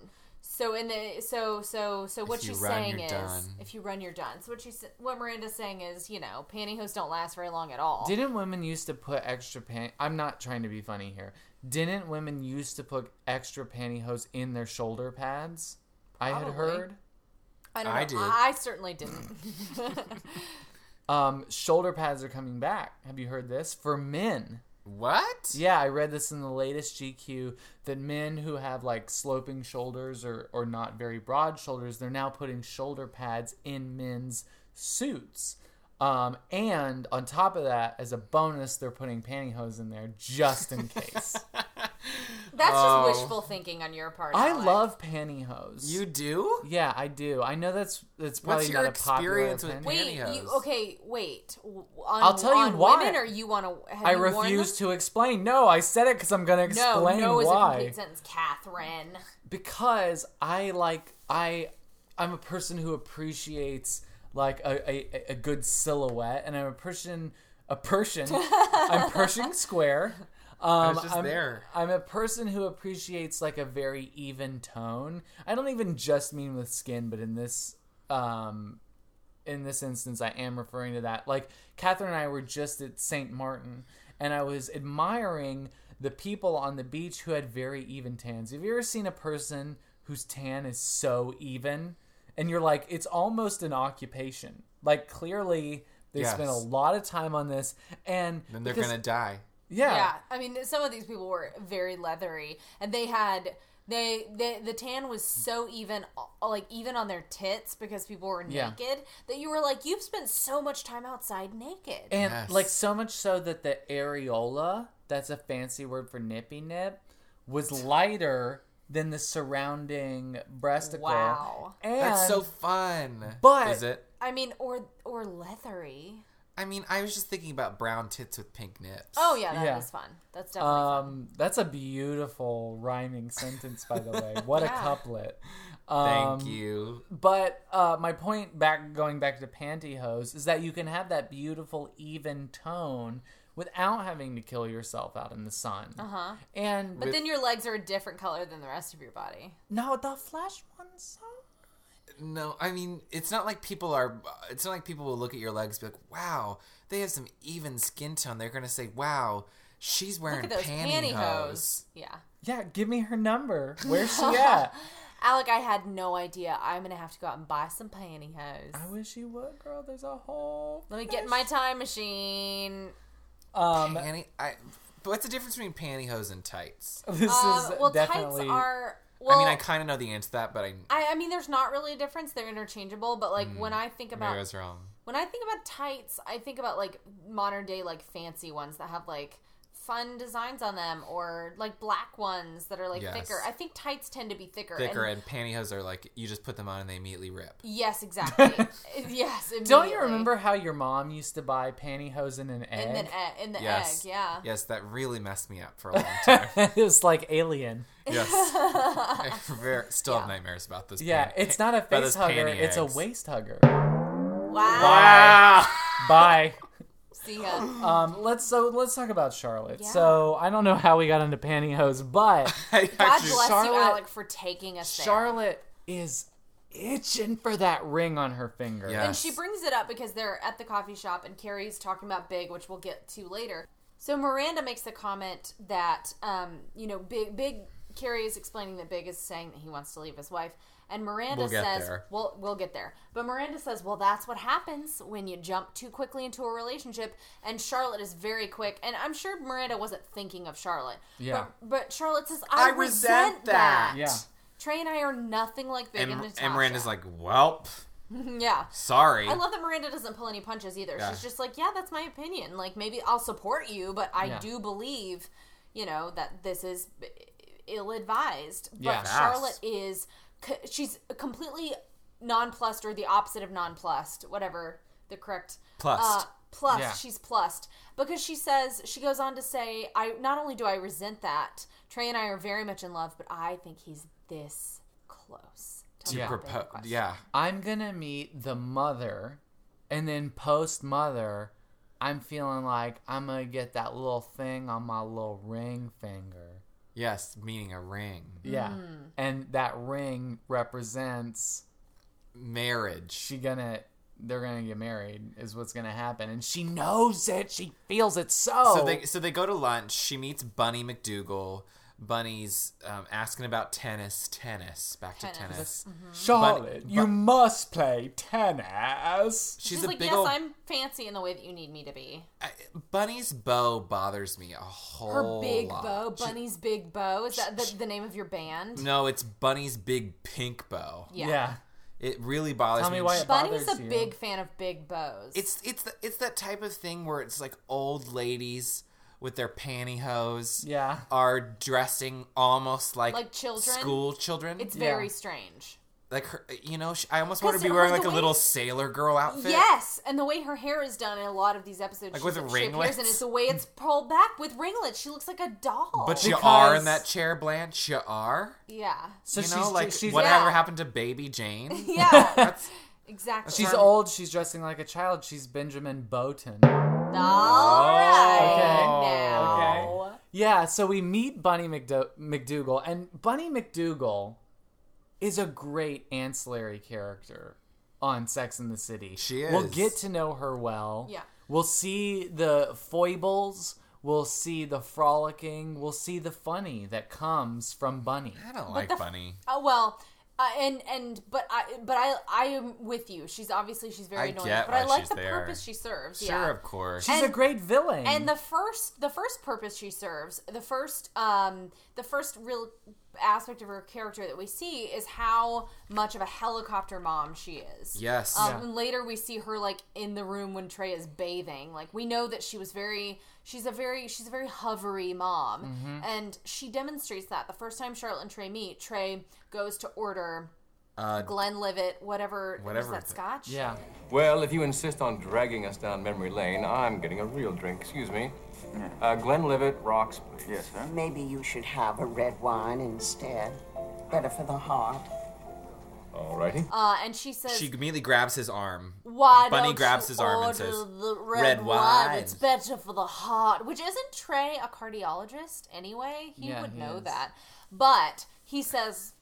So in the so so so what If you she's run, saying you're is done. if you run you're done. So what she's what Miranda's saying is, you know, pantyhose don't last very long at all. Didn't women used to put extra pant? I'm not trying to be funny here. Didn't women used to put extra pantyhose in their shoulder pads? I had Probably. heard. I don't know. I I, did. certainly didn't. Um, shoulder pads are coming back. Have you heard this for men? What? Yeah, I read this in the latest GQ that men who have like sloping shoulders or or not very broad shoulders, they're now putting shoulder pads in men's suits. Um, and on top of that, as a bonus, they're putting pantyhose in there just in case. That's Oh. just wishful thinking on your part. I Alex. love pantyhose. You do? Yeah, I do. I know that's that's probably What's your not a popular experience with opinion. Wait, you, okay, wait. W- On, I'll tell you on why. Women, or you want to? I refuse to explain. No, I said it because I'm going to No, explain no is a why. complete sentence, Catherine. because I like I I'm a person who appreciates like a, a, a good silhouette, and I'm a person a person. I'm Pershing Square. Um, I was just I'm, there. I'm a person who appreciates like a very even tone. I don't even just mean with skin, but in this um, in this instance, I am referring to that. Like Catherine and I were just at Saint Martin, and I was admiring the people on the beach who had very even tans. Have you ever seen a person whose tan is so even? And you're like, it's almost an occupation. Like clearly, they Yes. spent a lot of time on this, and Then they're because- gonna die. Yeah. Yeah. I mean, some of these people were very leathery, and they had they, they the tan was so even, uh, like even on their tits because people were Yeah. naked that you were like, you've spent so much time outside naked. And like so much so that the areola, that's a fancy word for nippy nip, was lighter than the surrounding breasticle. Wow. That's so And- fun. But- is it? I mean, or or leathery. I mean, I was just thinking about brown tits with pink nips. Oh yeah, that Yeah. was fun. That's definitely Um, that's a beautiful rhyming sentence, by the way. What a Yeah. couplet! Thank Um, you. But uh, my point back going back to pantyhose is that you can have that beautiful even tone without having to kill yourself out in the sun. Uh huh. And but then your legs are a different color than the rest of your body. No, the flash ones. No, I mean, it's not like people are. It's not like people will look at your legs and be like, "Wow, they have some even skin tone." They're gonna say, "Wow, she's wearing Look at those pantyhose." pantyhose. Yeah. Yeah, give me her number. Where's she at? Alec, I had no idea. I'm gonna have to go out and buy some pantyhose. I wish you would, girl. There's a whole. Let me get my time machine. Um, Panty, I, but what's the difference between pantyhose and tights? This Uh, well, tights are. Well, I mean, I kind of know the answer to that, but I I, I mean, there's not really a difference. They're interchangeable. But like when I think maybe I about was wrong. when I think about tights, I think about like modern day like fancy ones that have like fun designs on them or like black ones that are like Yes. thicker. I think tights tend to be thicker. Thicker and pantyhose are like you just put them on and they immediately rip. yes, exactly. yes. Don't immediately. you remember how your mom used to buy pantyhose and an egg? And then e- in the egg, yeah. Yes, that really messed me up for a long time. it was like alien. Yes. I ver- still have nightmares about this. Yeah, pan- it's not a about face those hugger, panty it's a eggs. waist hugger. Wow. Bye. See ya. Um, let's so let's talk about Charlotte. So I don't know how we got into pantyhose, but God bless you, Charlotte- Alec, for taking us there. Charlotte is itching for that ring on her finger. And she brings it up because they're at the coffee shop and Carrie's talking about Big, which we'll get to later. So Miranda makes the comment that, um, you know, Big, Big, Carrie is explaining that Big is saying that he wants to leave his wife. And Miranda We'll get says, there. "Well, we'll get there." But Miranda says, "Well, that's what happens when you jump too quickly into a relationship." And Charlotte is very quick, and I'm sure Miranda wasn't thinking of Charlotte. Yeah. But, but Charlotte says, "I, resent, that. Yeah. Trey and I are nothing like Big And, and, and Natasha. Miranda's like, "Welp, yeah. sorry." I love that Miranda doesn't pull any punches either. Yeah. She's just like, yeah, that's my opinion. Like, maybe I'll support you, but I Yeah. do believe, you know, that this is ill advised. But Yeah. Charlotte is, co- she's completely nonplussed or the opposite of nonplussed, whatever the correct. Plussed. plus, Yeah. she's plussed because she says, she goes on to say, I not only do I resent that, Trey and I are very much in love, but I think he's this close. To Yeah. propo- question. yeah. I'm gonna meet the mother, and then post mother, I'm feeling like I'm gonna get that little thing on my little ring finger. yes, meaning a ring. Yeah, Mm. and that ring represents marriage. She gonna they're gonna get married is what's gonna happen, and she knows it. She feels it Oh. so. So they so they go to lunch. She meets Bunny McDougal. Bunny's um, asking about tennis. Tennis. Back to tennis. Tennis. Mm-hmm. Charlotte, Bunny- you must play tennis. She's, She's a like, big yes, old. I'm fancy in the way that you need me to be. Bunny's bow bothers me a whole Her big lot. bow, Oh, She- Bunny's big bow. Is that the, the name of your band? No, it's Bunny's big pink bow. Yeah. Yeah. It really bothers Tell me. me why it Bunny's a big fan of big bows. It's it's the, it's that type of thing where it's like old ladies with their pantyhose. Yeah. Are dressing almost like Like children? school children. It's very strange. like her, you know, she, I almost want her to Because be wearing her- like the a way- little sailor girl outfit. Yes, and the way her hair is done in a lot of these episodes, Like she's with she appears, and ringlets? it's the way it's pulled back with ringlets. She looks like a doll. But you are in that chair, Blanche. You are. Yeah. So you know, she's- like she's- whatever Yeah. happened to Baby Jane? Yeah. exactly. She's old. She's dressing like a child. She's Benjamin Bowton. All Oh, right, Okay. okay. Yeah. So we meet Bunny McDo- McDougal, and Bunny McDougal is a great ancillary character on Sex in the City. She We'll is. get to know her well. Yeah. We'll see the foibles. We'll see the frolicking. We'll see the funny that comes from Bunny. I don't like the f- Bunny. Oh well, uh, and and but I but I I am with you. She's obviously she's very I annoying, get but I why like she's the there. purpose she serves. Sure, yeah. of course. She's a great villain. And the first the first purpose she serves, the first um the first real aspect of her character that we see is how much of a helicopter mom she is. Yes. Um, Yeah. and later we see her like in the room when Trey is bathing. Like we know that she was very she's a very she's a very hovery mom. Mhm. And she demonstrates that the first time Charlotte and Trey meet, Trey goes to order Uh, Glenlivet, whatever whatever is that the- scotch? Well, if you insist on dragging us down memory lane, I'm getting a real drink. Excuse me. Uh, Glenlivet rocks, please. Yes, sir. Maybe you should have a red wine instead. Better for the heart. Alrighty. Uh and she says She immediately grabs his arm. Why Bunny don't grabs you his arm and order says, the red, wine. It's better for the heart." Which isn't Trey a cardiologist anyway? He Yeah, would he know is. that. But he says,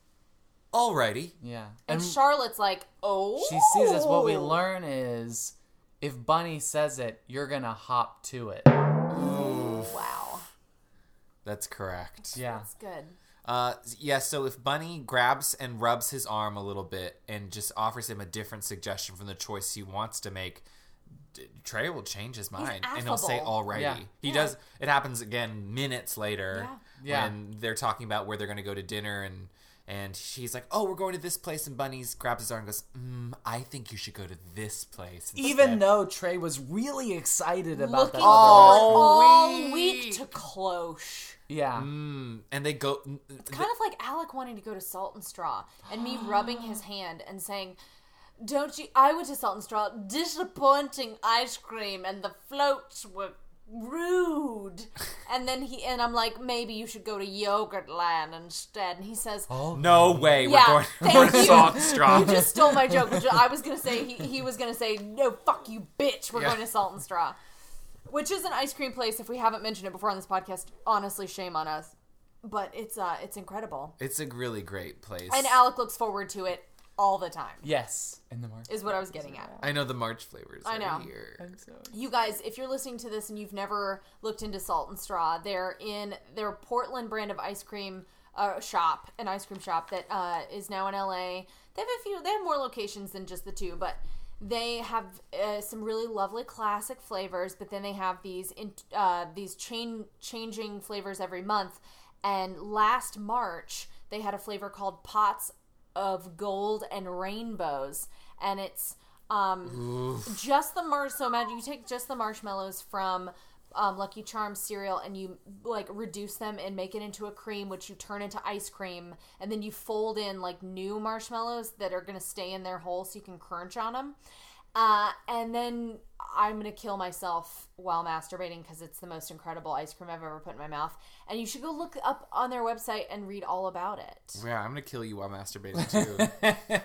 Alrighty. Yeah. and, Charlotte's like, "Oh, She sees us. What we learn is if Bunny says it, you're going to hop to it. Wow. That's correct. Yeah. That's good. Uh, yeah, so if Bunny grabs and rubs his arm a little bit and just offers him a different suggestion from the choice he wants to make, d- Trey will change his mind and he'll say affable. alrighty. Yeah. He Yeah. does. It happens again minutes later Yeah. Yeah. when they're talking about where they're going to go to dinner and and she's like, "Oh, we're going to this place," and Bunny's grabs his arm and goes, mm, "I think you should go to this place." Even instead." though Trey was really excited about that. Looking forward all all week to cloche. Yeah. Mm, and they go. It's kind of like Alec wanting to go to Salt and Straw and me rubbing his hand and saying, Don't you? I went to Salt and Straw, disappointing ice cream, and the floats were rude. And then he, and I'm like, Maybe you should go to Yogurtland instead. And he says, Oh no way! Yeah, we're thank going to you. Salt and Straw. You just stole my joke. Which I was gonna say he, he was gonna say no, fuck you, bitch. We're Yeah. going to Salt and Straw, which is an ice cream place. If we haven't mentioned it before on this podcast, honestly, shame on us. But it's uh, it's incredible, It's a really great place. and Alec looks forward to it all the time. Yes, in the March. Is what I was getting at. I know the March flavors. I know. Are here. You guys, if you're listening to this and you've never looked into Salt and Straw, they're in their Portland brand of ice cream uh, shop, an ice cream shop that uh, is now in LA. They have a few. They have more locations than just the two, but they have uh, some really lovely classic flavors. But then they have these in, uh, these chain changing flavors every month. And last March, they had a flavor called Pots of Gold and Rainbows, and it's um, Oof. just the marsh. So imagine you take just the marshmallows from um, Lucky Charms cereal and you like reduce them and make it into a cream, which you turn into ice cream, and then you fold in like new marshmallows that are gonna stay in their hole so you can crunch on them. Uh, and then I'm gonna kill myself while masturbating because it's the most incredible ice cream I've ever put in my mouth. And you should go look up on their website and read all about it. Yeah, I'm gonna kill you while masturbating too.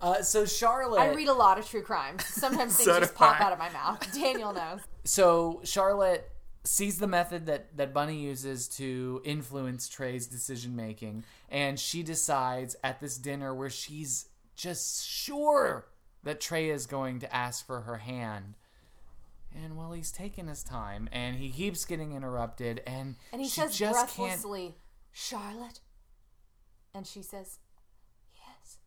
Uh, so Charlotte. I read a lot of true crime. Sometimes things So just do pop I. out of my mouth. Daniel knows. so Charlotte sees the method that that Bunny uses to influence Trey's decision making, and she decides at this dinner where she's just sure that Trey is going to ask for her hand. And well, he's taking his time, and he keeps getting interrupted, and And he she says just can't. breathlessly, Charlotte. And she says, Yes.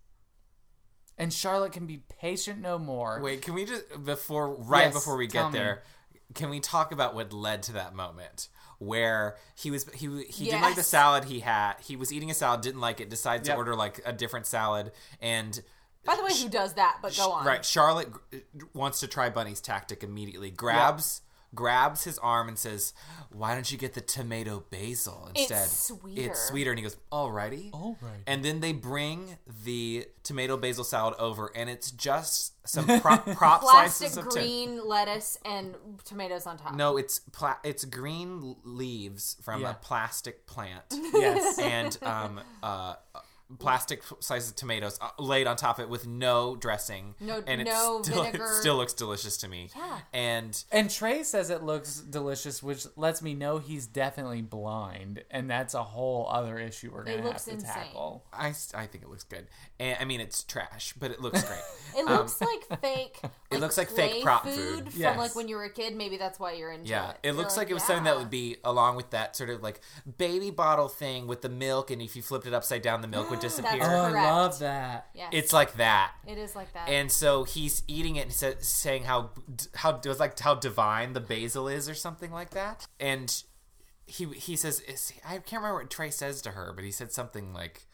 And Charlotte can be patient no more. Wait, can we just before right Yes, before we tell get me. there, can we talk about what led to that moment where he was he he didn't like the Yes. salad he had. He was eating a salad, didn't like it, decides Yep. to order like a different salad and By the way, who does that? But go on. uh, Right, Charlotte g- wants to try Bunny's tactic immediately. Grabs grabs his arm and says, "Why don't you get the tomato basil It's instead? sweeter." It's sweeter." And he goes, "Alrighty, Alrighty. And then they bring the tomato basil salad over, and it's just some prop, prop Plastic slices of to- green lettuce and tomatoes on top. No, it's pla- it's green leaves from Yeah. a plastic plant. Yes. and um uh. Plastic slices of tomatoes uh, laid on top of it with no dressing, No- and it no still, vinegar. It still looks delicious to me. Yeah. and And Trey says it looks delicious, which lets me know he's definitely blind, and that's a whole other issue we're It gonna have looks to insane. tackle. I, s- I think it looks good. And, I mean, it's trash, but it looks great. It Um, looks like fake. it looks like clay fake prop food, food. from like when you were a kid. Maybe that's why you're into it. yeah, it You're looks like, it was something that would be along with that sort of like baby bottle thing with the milk, and if you flipped it upside down, the milk would That's disappear. Oh, I correct. love that. Yes. It's like that. It is like that. And so he's eating it and sa- saying how how it was like how divine the basil is or something like that. And he he says is- I can't remember what Trey says to her, but he said something like,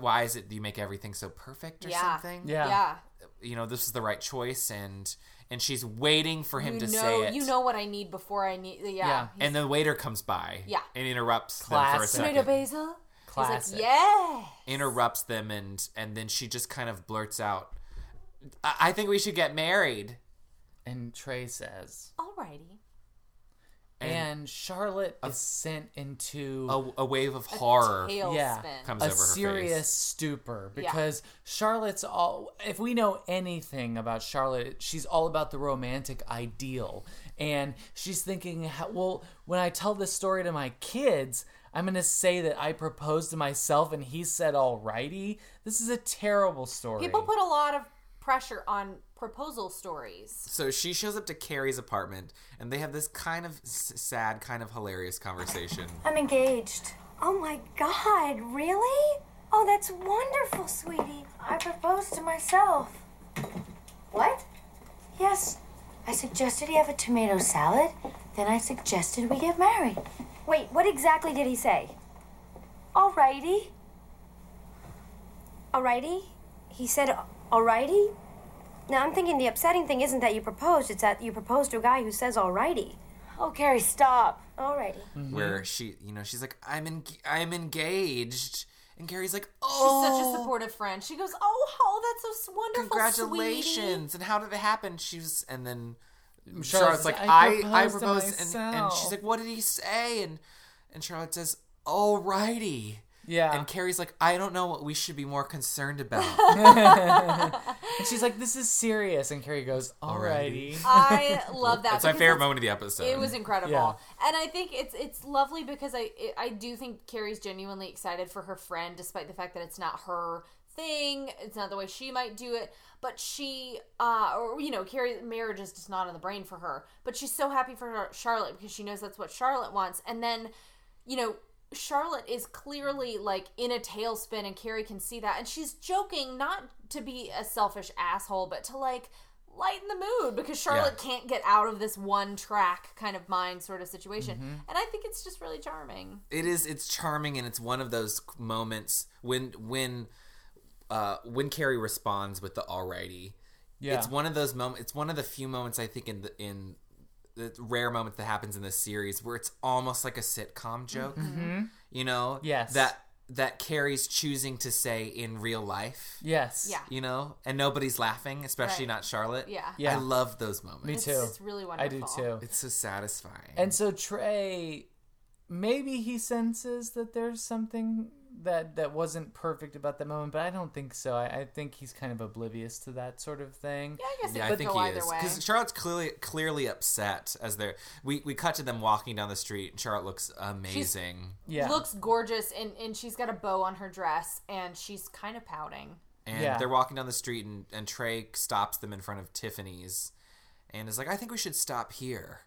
"Why is it you make everything so perfect or Yeah. something?" Yeah. Yeah. You know, this is the right choice, and and she's waiting for him you to know, say it. You know what I need before I need. Yeah. yeah. And the waiter comes by. Yeah. And interrupts them for a Classic. second Tomato basil. He's Classic. like, yeah. interrupts them and and then she just kind of blurts out I, I think we should get married and Trey says Alrighty. and, And- Charlotte is sent into a, a wave of horror yeah, comes a over her serious face. stupor Yeah. because Charlotte's all. If we know anything about Charlotte, she's all about the romantic ideal, and she's thinking, how- well, when I tell this story to my kids. I'm gonna say that I proposed to myself and he said alrighty. This is a terrible story. People put a lot of pressure on proposal stories. so she shows up to Carrie's apartment and they have this kind of s- sad kind of hilarious conversation I'm engaged. Oh my god, really? Oh, that's wonderful, sweetie. I proposed to myself. What? Yes. I suggested he have a tomato salad, then I suggested we get married. Wait, what exactly did he say? Alrighty. Alrighty? He said, alrighty? Now, I'm thinking the upsetting thing isn't that you proposed, it's that you proposed to a guy who says alrighty. Oh, Carrie, stop. Alrighty. where she you know she's like I'm en- I'm engaged and Carrie's like She's such a oh supportive friend. She goes, "Oh, how that's so s- wonderful, congratulations and how did it happen she was and then Charlotte's Charlotte's like, like "I I I proposed to proposed and, and she's myself." like what did he say and and Charlotte says alrighty Yeah. and Carrie's like I don't know what we should be more concerned about and she's like, "This is serious." And Carrie goes, "Alrighty." Alrighty. I love that. It's my because favorite moment of the episode. It was incredible, Yeah. and I think it's it's lovely because I it, I do think Carrie's genuinely excited for her friend, despite the fact that it's not her thing. It's not the way she might do it, but she, uh, or you know, Carrie marriage is just not in the brain for her. But she's so happy for her, Charlotte because she knows that's what Charlotte wants, and then you know. Charlotte is clearly like in a tailspin, and Carrie can see that. And she's joking, not to be a selfish asshole, but to like lighten the mood because Charlotte Yeah. can't get out of this one track kind of mind sort of situation. Mhm. And I think it's just really charming. it is it's charming and it's one of those moments when when uh when Carrie responds with the alrighty. Yeah. It's one of those moments it's one of the few moments I think in the in the rare moments that happens in this series where it's almost like a sitcom joke. Mm-hmm. Mhm. You know? Yes. That that Carrie's choosing to say in real life. Yes. Yeah. You know? And nobody's laughing, especially Right. not Charlotte. Yeah. Yeah. I love those moments. Me It's- too. it's really I do wonderful. too. It's so satisfying. And so Trey, maybe he senses that there's something that that wasn't perfect about that moment, but I don't think so. I, I think he's kind of oblivious to that sort of thing. Yeah, I guess Yeah, I think he is because Charlotte's clearly clearly upset as they're we we cut to them walking down the street and Charlotte looks amazing. Looks gorgeous and, and she's got a bow on her dress and she's kind of pouting. and Yeah. they're walking down the street and and Trey stops them in front of Tiffany's and is like, I think we should stop here.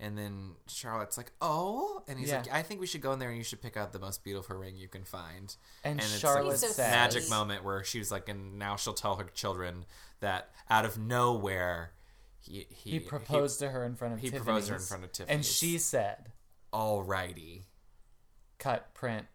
And then Charlotte's like, Oh, and he's Yeah. like, I think we should go in there and you should pick out the most beautiful ring you can find. And it's Charlotte like this says- magic moment where she was like, and now she'll tell her children that out of nowhere. He, he, He proposed to her in front of he proposed to her in Tiffany's, front of Tiffany and she said, "Alrighty, cut print,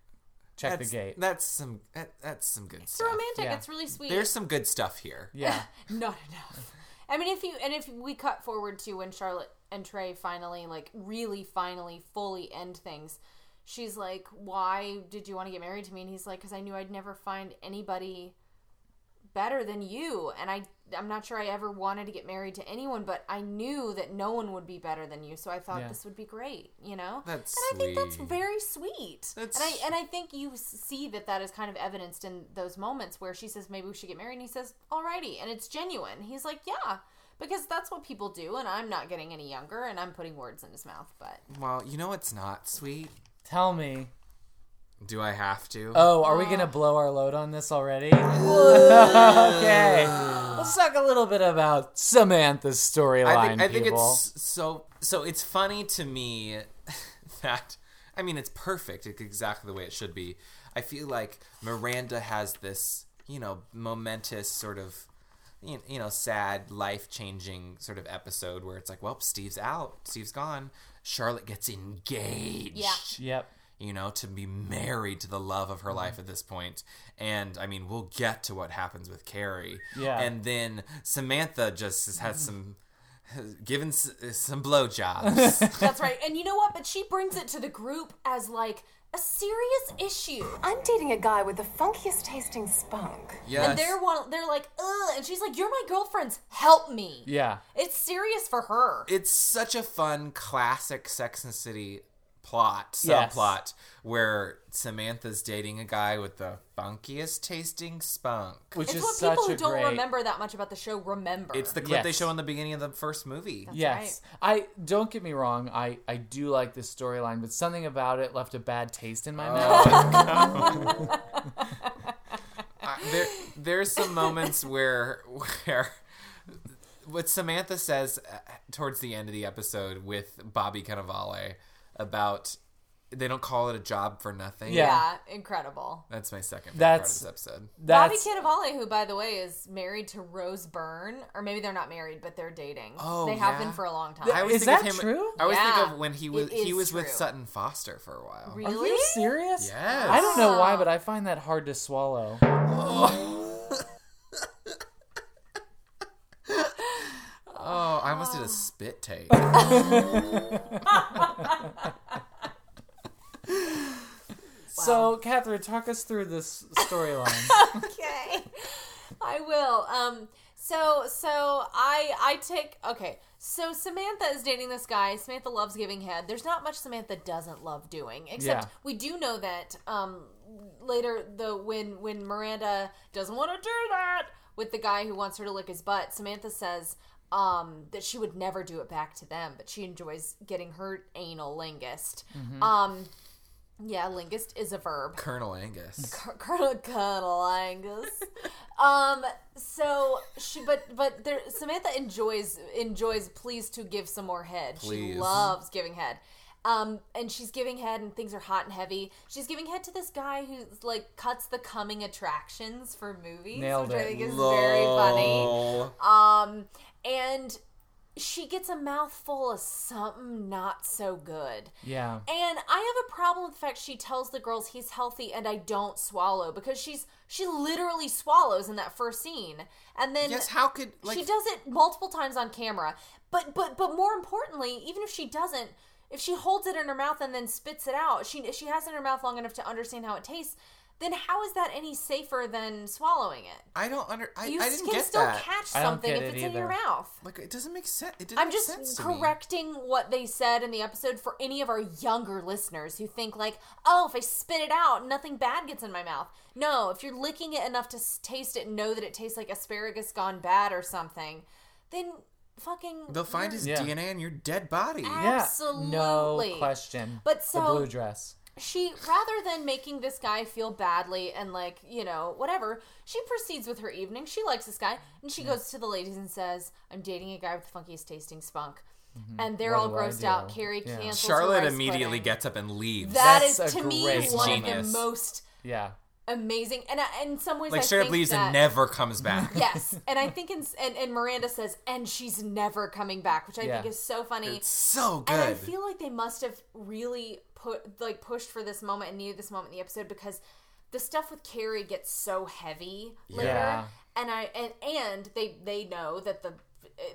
check That's- the gate." That's some that, that's some good It's stuff. romantic. It's really sweet. There's some good stuff here. Yeah. Not enough. I mean, if you and if we cut forward to when Charlotte and Trey finally, like, really finally fully end things, she's like, Why did you want to get married to me? And he's like, Because I knew I'd never find anybody better than you and i i'm not sure i ever wanted to get married to anyone but i knew that no one would be better than you so i thought Yeah. this would be great you know That's and i think that's sweet. very sweet That's- and i and i think you see that that is kind of evidenced in those moments where she says maybe we should get married and he says alrighty and it's genuine he's like yeah because that's what people do and i'm not getting any younger and i'm putting words in his mouth but Well, you know what's not sweet? Tell me. Do I have to? Oh, are we gonna blow our load on this already? okay. Let's talk a little bit about Samantha's I storyline. think, I think people. it's so so it's funny to me that I mean it's perfect. It's exactly the way it should be. I feel like Miranda has this, you know, momentous sort of you you know, sad, life-changing sort of episode where it's like, well, Steve's out, Steve's gone. Charlotte gets engaged. Yeah. Yep. You know, to be married to the love of her Mm-hmm. life at this point. And I mean, we'll get to what happens with Carrie. Yeah. Mm-hmm. And then Samantha just has had some has given s- some blowjobs. That's right. And you know what? But she brings it to the group as like a serious issue. I'm dating a guy with the funkiest tasting spunk. Yes. And they're one, they're like, ugh, and she's like, "You're my girlfriend's. Help me." yeah. It's serious for her. It's such a fun classic Sex and the City plot Yes. subplot where Samantha's dating a guy with the funkiest tasting spunk, Which it's what people who don't remember that much about the show remember. It's the clip they Yes. show in the beginning of the first movie. yes. I don't get me wrong, I, I do like this storyline, but something about it left a bad taste in my mouth. I- there, there's some moments where where what Samantha says uh, towards the end of the episode with Bobby Cannavale about they don't call it a job for nothing. yeah. incredible. that's my second favorite part of That's this episode. That's Bobby Cannavale, who by the way is married to Rose Byrne, or maybe they're not married, but they're dating. Oh, they have yeah. been for a long time. I always think of him, I always think Yeah. of when he It was he is was with true. Sutton Foster for a while. Really? Are you serious? Yes. I don't know why, but I find that hard to swallow. Oh, I almost did a spit take. So, Catherine, talk us through this storyline. okay. I will. Um so so I I take okay. So Samantha is dating this guy. Samantha loves giving head. There's not much Samantha doesn't love doing. Except Yeah. we do know that um later the when when Miranda doesn't want to do that with the guy who wants her to lick his butt, Samantha says um that she would never do it back to them, but she enjoys getting her anal linguist. Mhm. Um yeah, linguist is a verb. Colonel Angus. Cur- Colonel Colonel Angus. um. So she, but but there, Samantha enjoys enjoys please to give some more head. Please. She loves giving head. Um, and she's giving head, and things are hot and heavy. She's giving head to this guy who's like cuts the coming attractions for movies, Nailed which I it. think is very funny. Lol. Um, and she gets a mouthful of something not so good. yeah. And I have a problem with the fact she tells the girls he's healthy and I don't swallow because she's she literally swallows in that first scene. And then Yes, how could, she like- does it multiple times on camera. But but but more importantly, even if she doesn't, if she holds it in her mouth and then spits it out, she she has it in her mouth long enough to understand how it tastes, then how is that any safer than swallowing it? I don't under. I, you I didn't can get still that. catch something if it's in your mouth. Like it doesn't make sense. It didn't I'm make just sense to me. correcting what they said in the episode for any of our younger listeners who think like, "Oh, if I spit it out, nothing bad gets in my mouth." No, if you're licking it enough to s- taste it and know that it tastes like asparagus gone bad or something, then fucking They'll find his Yeah. DNA in your dead body. Yeah. Absolutely. No question. But the so- blue dress. she rather than making this guy feel badly and like you know whatever she proceeds with her evening she likes this guy and she goes to the ladies and says i'm dating a guy with the funkiest tasting spunk and they're Mm-hmm. What all do I grossed out do? carrie Yeah. cancels her Charlotte rice immediately pudding. gets up and leaves. That is That's a to me great one of Genius. the most Yeah. amazing and I, in some ways Like I straight up think leaves that, and never comes back. yes and i think in and, and miranda says and she's never coming back which i Yeah. think is so funny It's so and i good. feel like they must have really put like pushed for this moment and needed this moment in the episode because the stuff with carrie gets so heavy later Yeah. and i and and they they know that the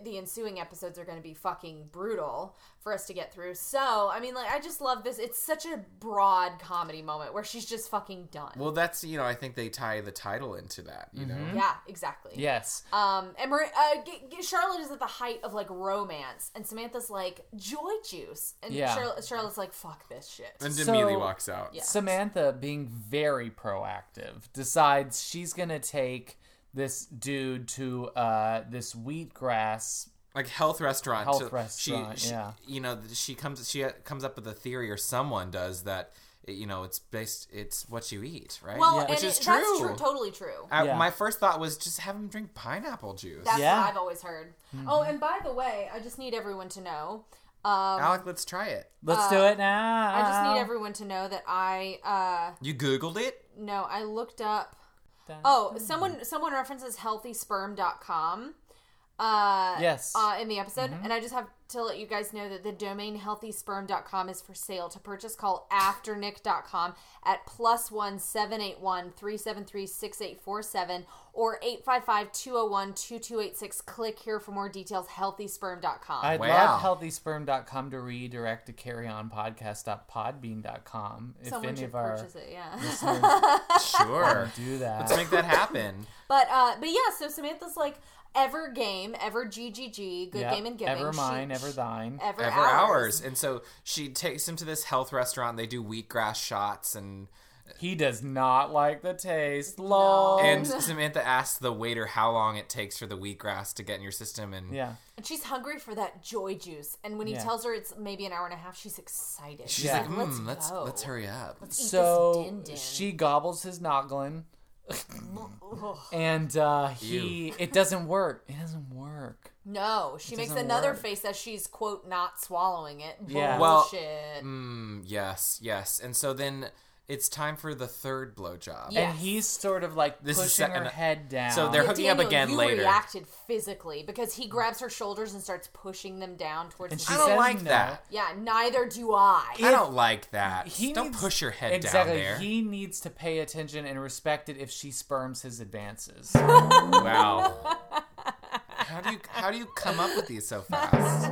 the ensuing episodes are going to be fucking brutal for us to get through. So, I mean, like, I just love this. It's such a broad comedy moment where she's just fucking done. Well, that's you know, I think they tie the title into that. You know, Mhm. Yeah, exactly. Yes. Um, and Mar- uh, G- G- Charlotte is at the height of like romance, and Samantha's like joy juice, and Yeah. Charlotte, Charlotte's like fuck this shit. So, Yeah. Samantha, being very proactive, decides she's gonna take this dude to uh, this wheatgrass like health restaurant. Health So restaurant, She, she, yeah. You know, th- she comes. She uh, comes up with a theory, or someone does that. You know, it's based. It's what you eat, right? Well, and it- that's true- totally true. I- Yeah. My first thought was just have him drink pineapple juice. That's what I've always heard. Oh, and by the way, I just need everyone to know. Um, Alec, let's try it. Let's uh, do it now. I just need everyone to know that I uh, You Googled it. no, I looked up. Oh, someone someone references healthysperm.com. Uh, Yes. Uh, in the episode, Mhm. and I just have to let you guys know that the domain healthysperm.com is for sale. To purchase, call afternick.com at plus one seven eight one three seven three six eight four seven or 855 201 2286. Click here for more details. Healthysperm.com. I'd love healthysperm.com to redirect to carryonpodcast.podbean.com if Someone any should of our purchase it, yeah. listeners Sure. do that. Let's make that happen. But uh, but yeah, so Samantha's like ever game, ever GGG, good Yep. game and giving. Ever mine, ever thine, ever, ever ours. hours. And so she takes him to this health restaurant. They do wheatgrass shots, and he does not like the taste. Lol. And Samantha asks the waiter how long it takes for the wheatgrass to get in your system, and Yeah. And she's hungry for that joy juice. And when he Yeah. tells her it's maybe an hour and a half, she's excited. she's like, mm, let's let's, go." hurry up. Let's eat this so din-din. she gobbles his noglin and uh, he Ew. it doesn't work. It doesn't work. no, she It makes doesn't another work. face that she's quote not swallowing it. Yeah. Well, Bullshit. mm, yes, yes. And so then it's time for the third blowjob. Yes. And he's sort of like pushing her and- uh, head down. So they're Yeah, hooking up Daniel, again you later. Reacted physically because he grabs her shoulders and starts pushing them down towards. And the she floor. I don't says like no. that. Yeah, neither do I. I don't like that. don't push your head exactly. down there. He needs to pay attention and respect it if she spurns his advances. wow. How do you how do you come up with these so fast?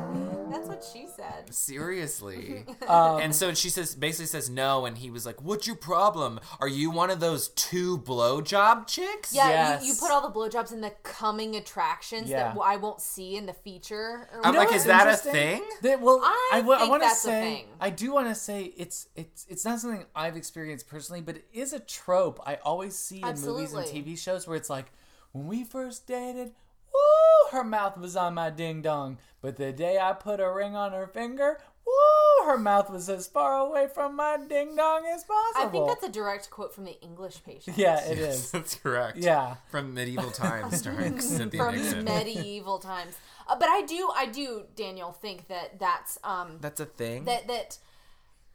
That's what she said. Seriously. Um, and so she says basically says no and he was like, What's your problem? Are you one of those two blowjob chicks? Yeah, you, you put all the blowjobs in the coming attractions Yeah. that w- I won't see in the feature. Or I'm whatever. like, is that a thing? That- well, I I, wa- I think want to that's a say, thing. I do want to say it's it's it's not something I've experienced personally, but it is a trope I always see in movies Absolutely. and TV shows where it's like, when we first dated, woo, her mouth was on my ding dong, but the day I put a ring on her finger, woo, her mouth was as far away from my ding dong as I possible. think that's a direct quote from the English patient. Yeah, it Yes, is. That's correct. Yeah. From medieval times, starring Cynthia from Nixon. medieval times. Uh, but I do, I do, Daniel, think that that's um That's a thing. that that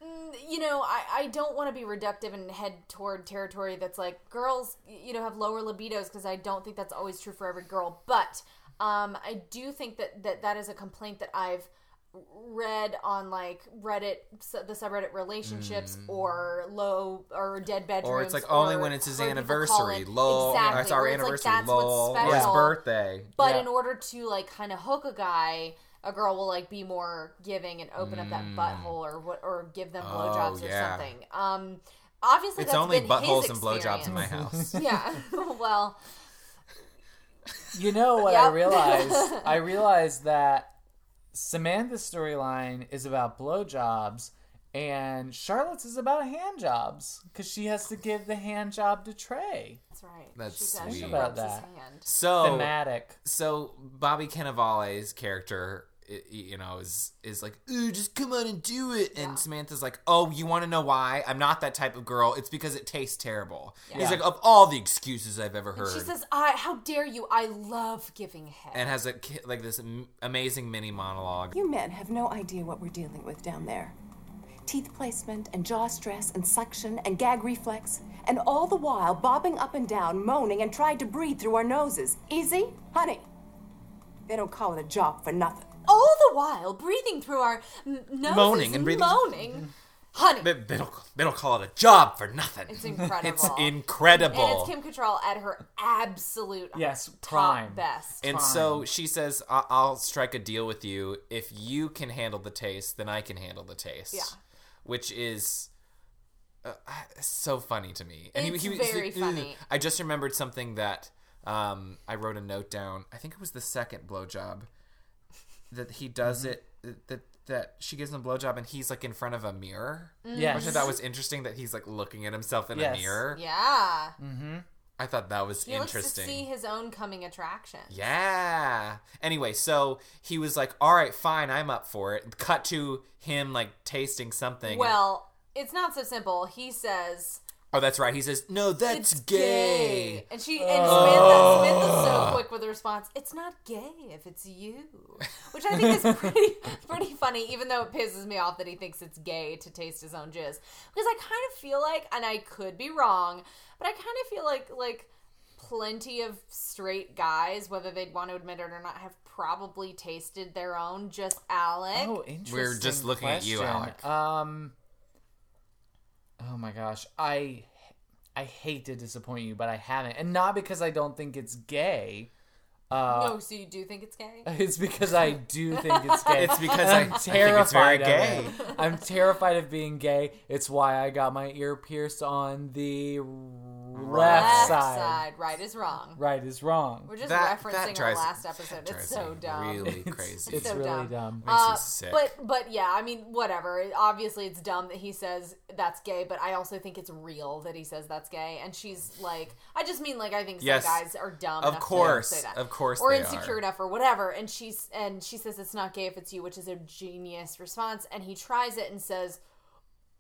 mm, you know I, I don't want to be reductive and head toward territory that's like girls y- you know have lower libidos because i don't think that's always true for every girl but um, i do think that, that that is a complaint that i've read on like reddit su- the subreddit relationships or low or dead bedrooms Mm. or it's like only or when it's his where people call anniversary, it- lol. exactly, It's our where like, anniversary, that's what's lol. Or his special. birthday. But in order to like kind of hook a guy, a girl will like be more giving and open up that butthole or what or give them Mm. Oh, blowjobs or yeah. something. Um, obviously it's that's only been buttholes his and blowjobs in my experience. house. yeah. well, You know what I Yep. realized? I realized that Samantha's storyline is about blowjobs and Charlotte's is about hand jobs because she has to give the hand job to Trey. That's right. That's Think sweet. about that. So Thematic. So Bobby Cannavale's character, i- i- you know, is is like, ooh, just come on and do it. And Samantha's like, oh, you want to know why? I'm not that type of girl. It's because it tastes terrible. Yeah. He's like, of all the excuses I've ever and heard, she says, "I how dare you? I love giving head." and has a ki- like this am- amazing mini monologue. You men have no idea what we're dealing with down there. Teeth placement and jaw stress and suction and gag reflex, and all the while bobbing up and down, moaning, and trying to breathe through our noses. Easy? Honey, they don't call it a job for nothing. All the while breathing through our n- noses, Moaning and breathing- Mm-hmm. moaning. honey. They, they don't they don't call it a job for nothing. It's incredible. It's incredible. And it's Kim Cattrall at her absolute Yes, top prime. best. And so she says, I- "I'll strike a deal with you. If you can handle the taste, then I can handle the taste." Yeah. which is uh, so funny to me. It's was like, very "Ugh." funny. I just remembered something that um, I wrote a note down. I think it was the second blowjob that he does Mhm. Mm-hmm. it. That that she gives him a blowjob and he's like in front of a mirror. Mm. Yes. which I thought was interesting that he's like looking at himself in Yes. a mirror. yeah, Mm-hmm. I thought that was he looks to interesting. see his own coming attraction. Yeah. Anyway, so he was like, "All right, fine, I'm up for it." Cut to him like tasting something. Well, it's not so simple. He says oh, that's right. He says, "No, that's gay." gay, and she and Oh. Samantha, Samantha's so quick with the response. It's not gay if it's you, which I think is pretty pretty funny. Even though it pisses me off that he thinks it's gay to taste his own jizz, because I kind of feel like, and I could be wrong, but I kind of feel like like plenty of straight guys, whether they'd want to admit it or not, have probably tasted their own. Just Alec. Oh, interesting. We're just looking at you, question. Um. Oh my gosh, I I hate to disappoint you, but I haven't, and not because I don't think it's gay. Uh, no, Oh, so you do think it's gay? It's because I do think it's gay. It's because And I- I think it's very terrified of gay. it. I'm terrified of being gay. It's why I got my ear pierced on the left, Left side. side, right is wrong. Right is wrong. We're just That- that referencing our drives- last episode. that It's drives so me dumb. really crazy. It's so really dumb. dumb. Makes me Uh, sick. But but yeah, I mean, whatever. It- Obviously, it's dumb that he says that's gay, but I also think it's real that he says that's gay. And she's like, I just mean like I think some Yes. guys are dumb. Of enough to course. say that. Of course or they insecure are. enough or whatever. And she's and she says it's not gay if it's you, which is a genius response. And he tries it and says,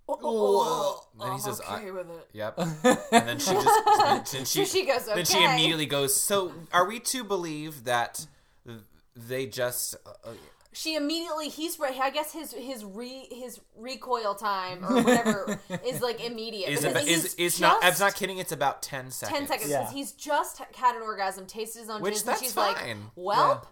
"Oh, oh, oh, Then he I'm says, okay I- with it." Yep. And then she just then she, So she goes, Then she "Okay." immediately goes. So are we to believe that they just? Uh, she immediately he's right i guess his his re his recoil time or whatever is like immediate is because about, is he's is not? I'm just- not kidding. It's about ten seconds. 10 seconds because he's just had an orgasm tasted his own Which, jizz and that's she's fine. like welp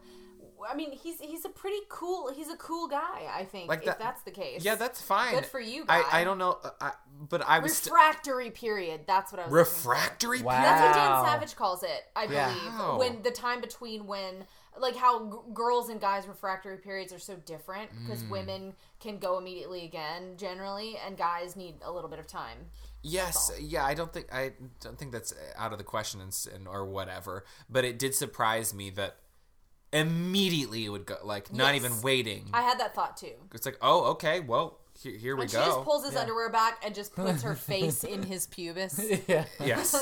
i mean he's he's a pretty cool he's a cool guy i think Like if that- that's the case Yeah, that's fine. good for you guy. I, I don't know, uh, I, but I was st- refractory period that's what i was looking for. refractory. Wow. That's what Dan Savage calls it, I believe. Yeah. Wow. When the time between when, like, how g- girls and guys' refractory periods are so different because Mm. women can go immediately again generally, and guys need a little bit of time. Yes, yeah, I don't think I don't think that's out of the question and, s- and or whatever, but it did surprise me that immediately it would go like not Yes. even waiting. I had that thought too. it's like, "Oh, okay. Well, here, here we and she go." just pulls his underwear back and just puts her face in his pubis. Yeah. Yes.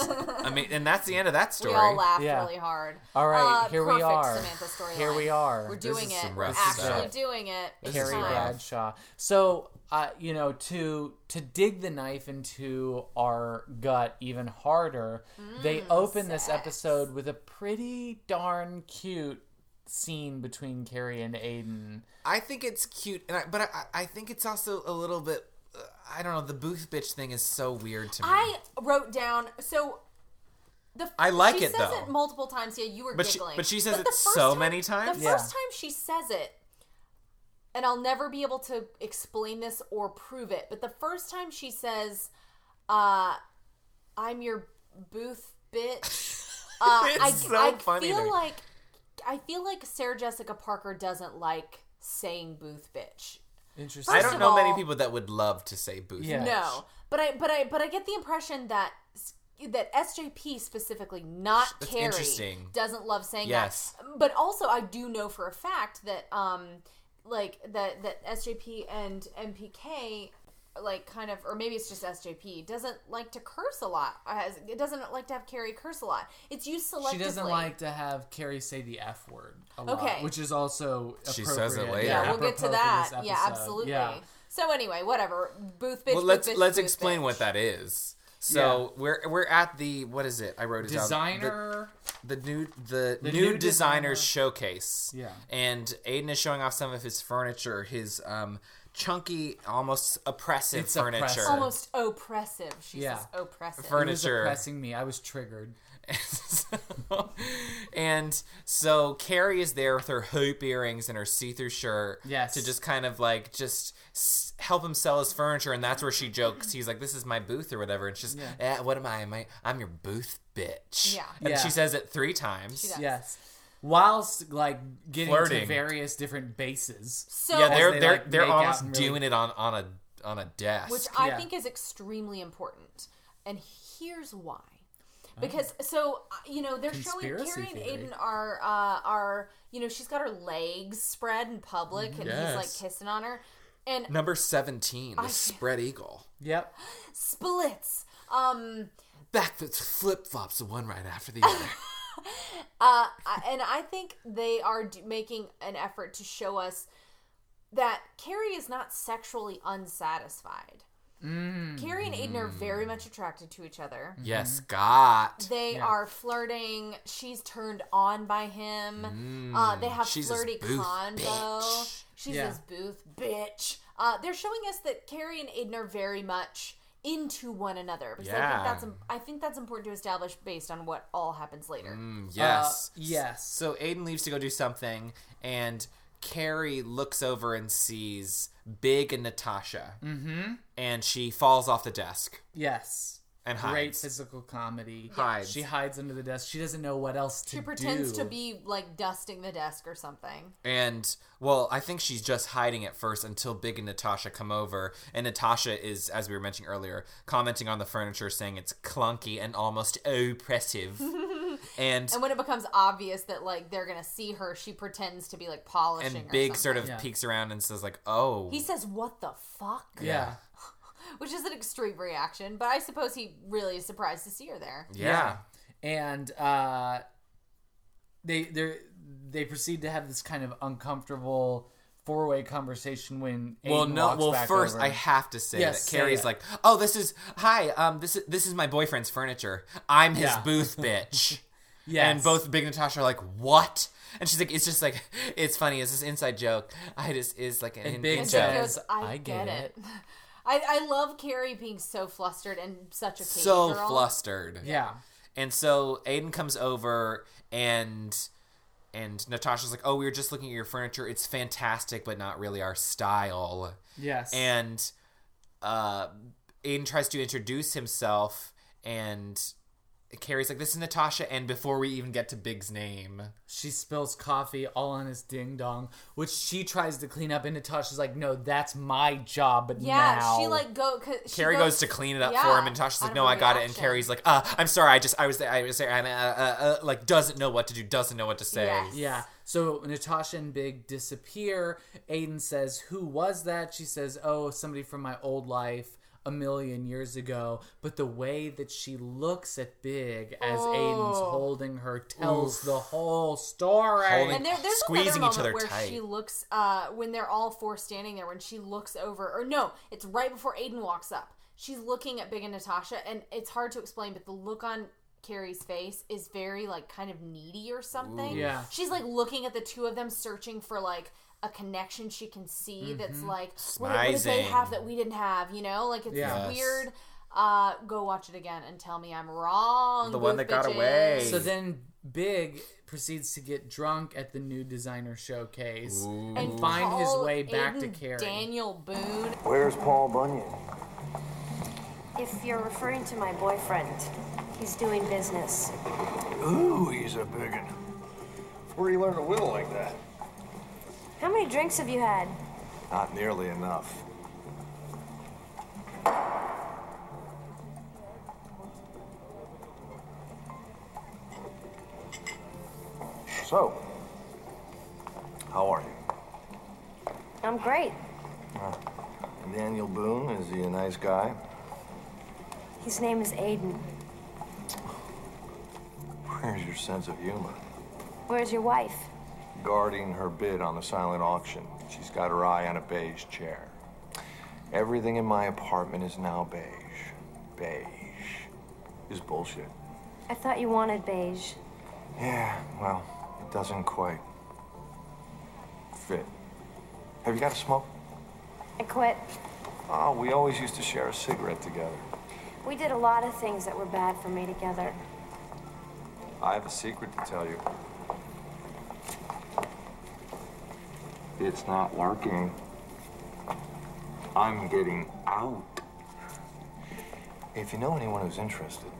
I mean, and that's the end of that We story. all laughed Yeah. really hard. All right, Uh, here we perfect are. Samantha storyline. Here we are. We're This doing is it. some We're rough stuff. actually doing it. It's Carrie time. Bradshaw. So, uh, you know, to to dig the knife into our gut even harder, they Mm, open this episode with a pretty darn cute scene between Carrie and Aiden. I think it's cute, and I, but I, I think it's also a little bit. uh, I don't know. The booth bitch thing is so weird to me. I wrote down so the I like she it, says though. it multiple times. Yeah, you were But she- giggling, but she says the it first so time- many times? The Yeah. first time she says it, and I'll never be able to explain this or prove it. But the first time she says, uh, "I'm your booth bitch," uh, I, It's so I funny to feel me. like I feel like Sarah Jessica Parker doesn't like saying "booth bitch." Interesting. I First of don't know many all- people that would love to say booth bitch. No, but I but I but I get the impression that s- that SJP specifically, not That's Carrie, interesting. doesn't love saying Yes. that. But also, I do know for a fact that um, like that that SJP and MPK. Like kind of, or maybe it's just SJP doesn't like to curse a lot. Uh, Has- It doesn't like to have Carrie curse a lot. It's used selectively. She doesn't like to have Carrie say the F word a lot, Okay. which is also She says it appropriate. later. Yeah, we'll get apropos to for that. this Yeah, episode. absolutely. Yeah. So anyway, whatever. Booth bitch. well, booth let's bitch, let's booth explain bitch. what that is. So we're we're at the what is it? I wrote it Designer- down. The, the new the, The new, new designers designer- showcase. Yeah. and Aiden is showing off some of his furniture, his um chunky, almost oppressive furniture. Almost oppressive. She Yeah. says oppressive. It was Furniture. oppressing me. I was triggered. And so Carrie is there with her hoop earrings and her see-through shirt, Yes. to just kind of like just s- help him sell his furniture. And that's where she jokes. He's like, "This is my booth" or whatever. And she's, Yeah. eh, "What am I? Am I? I'm your booth bitch." Yeah. And Yeah. she says it three times. Yes. Whilst like getting to Flirting. various different bases. So- As yeah, they're they, they're like, they're make out almost and really- doing it on on a on a desk. which I think is extremely important. And here's why. Because so uh, you know they're Oh. Conspiracy showing Carrie theory. and Aiden are uh, are you know she's got her legs spread in public and he's Yes. like kissing on her and number seventeen, the I- spread eagle. Yep. splits. Um, Back flip flops one right after the other. uh, I- and I think they are d- making an effort to show us that Carrie is not sexually unsatisfied. Mm. Carrie and Aiden are very much attracted to each other. Yes, Scott. They Yeah. are flirting. She's turned on by him. Uh, Mm, they have she's his flirty booth convo. She's Yeah. his booth bitch. Uh, they're showing us that Carrie and Aiden are very much into one another because Yeah. I think that's I think that's important to establish based on what all happens later. Mm, Uh, yes. yes. So Aiden leaves to go do something, and Carrie looks over and sees Big and Natasha, Mm-hmm. and she falls off the desk. Yes. And Great hides. physical comedy. Hides. She hides under the desk. She doesn't know what else to She pretends do. to be like dusting the desk or something. And well, I think she's just hiding at first until Big and Natasha come over. And Natasha is, as we were mentioning earlier, commenting on the furniture, saying it's clunky and almost oppressive. and and when it becomes obvious that like they're gonna see her, she pretends to be like polishing. and or Big sort of something. peeks around and says like, "Oh, He says, "What the fuck?" Yeah. which is an extreme reaction, but I suppose he really is surprised to see her there. Yeah. And uh, they they they proceed to have this kind of uncomfortable four way conversation when Aiden Well, no. walks Well, back first over. I have to say Yes, that say Carrie's it. like, "Oh, this is hi. Um, this is this is my boyfriend's furniture. I'm his Yeah. booth, bitch." Yes. And both Big and Natasha are like, "What?" And she's like, "It's just like, it's funny. It's this inside joke. I just is like an And in- Big in says, joke." Yes, I, I get, get it. I, I love Carrie being so flustered and such a cave so girl. flustered. Yeah. And so Aiden comes over and and Natasha's like, "Oh, we were just looking at your furniture. It's fantastic, but not really our style." Yes. And uh Aiden tries to introduce himself and Carrie's like, "This is Natasha." And before we even get to Big's name, she spills coffee all on his ding dong, which she tries to clean up. And Natasha's like, "No, that's my job." But Yeah, now she like go. Cause she Carrie goes, to clean it up for Yeah, him, and Natasha's out like, of "No, her I got it." And reaction. Carrie's like, "Uh, I'm sorry. I just, I was there. I was there. And uh, uh, uh, like, doesn't know what to do. Doesn't know what to say." Yeah. So Natasha and Big disappear. Aiden says, Who was that? She says, Oh, somebody from my old life a million years ago. But the way that she looks at Big as Aiden's Oh. holding her tells Oof. the whole story. and there, there's another moment where she looks uh, when they're all four standing there when she looks over or no it's right before aiden walks up she's looking at big and natasha and it's hard to explain but the look on carrie's face is very like kind of needy or something Ooh. Yeah. she's like looking at the two of them searching for like a connection she can see that's Mhm. like what, what did they Smizing. have that we didn't have you know like it's this Yes. weird uh, go watch it again and tell me I'm wrong. The one booth that got bitches. away. So then Big proceeds to get drunk at the new designer showcase and find his Paul way back to Aiden Carrie. Daniel Boone. Where's Paul Bunyan? If you're referring to my boyfriend, he's doing business. Ooh, he's a big one. Where you learn to will like that? How many drinks have you had? Not nearly enough. So, how are you? I'm great. Daniel Boone, is he a nice guy? His name is Aiden. Where's your sense of humor? Where's your wife? Guarding her bid on the silent auction. She's got her eye on a beige chair. Everything in my apartment is now beige. Beige is bullshit. I thought you wanted beige. Yeah, well, it doesn't quite fit. Have you got a smoke? I quit. Oh, we always used to share a cigarette together. We did a lot of things that were bad for me together. I have a secret to tell you. It's not working. I'm getting out. If you know anyone who's interested,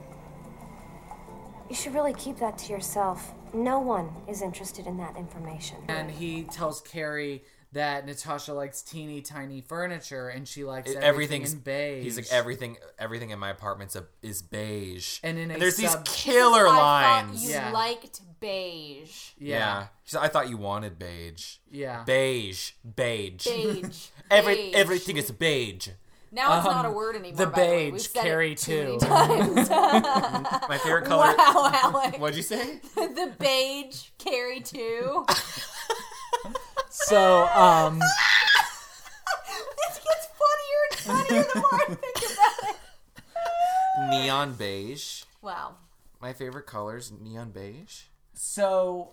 You should really keep that to yourself. No one is interested in that information. And he tells Carrie that Natasha likes teeny tiny furniture, and she likes It- everything everything's in beige. He's like everything. Everything in my apartment's a, is beige. And in a there's sub- these killer I thought lines. You liked beige. Yeah. She's like, I thought you wanted beige. Yeah. Beige. Beige. Beige. Every Beige. everything Um, is beige. Now it's not a word anymore. The by the way. We've beige, said it Carrie too too. many times. My favorite color. Wow, Alex. What'd you say? the beige carry two. so, um, this gets funnier and funnier the more I think about it. Neon beige. Wow. My favorite colors neon beige. so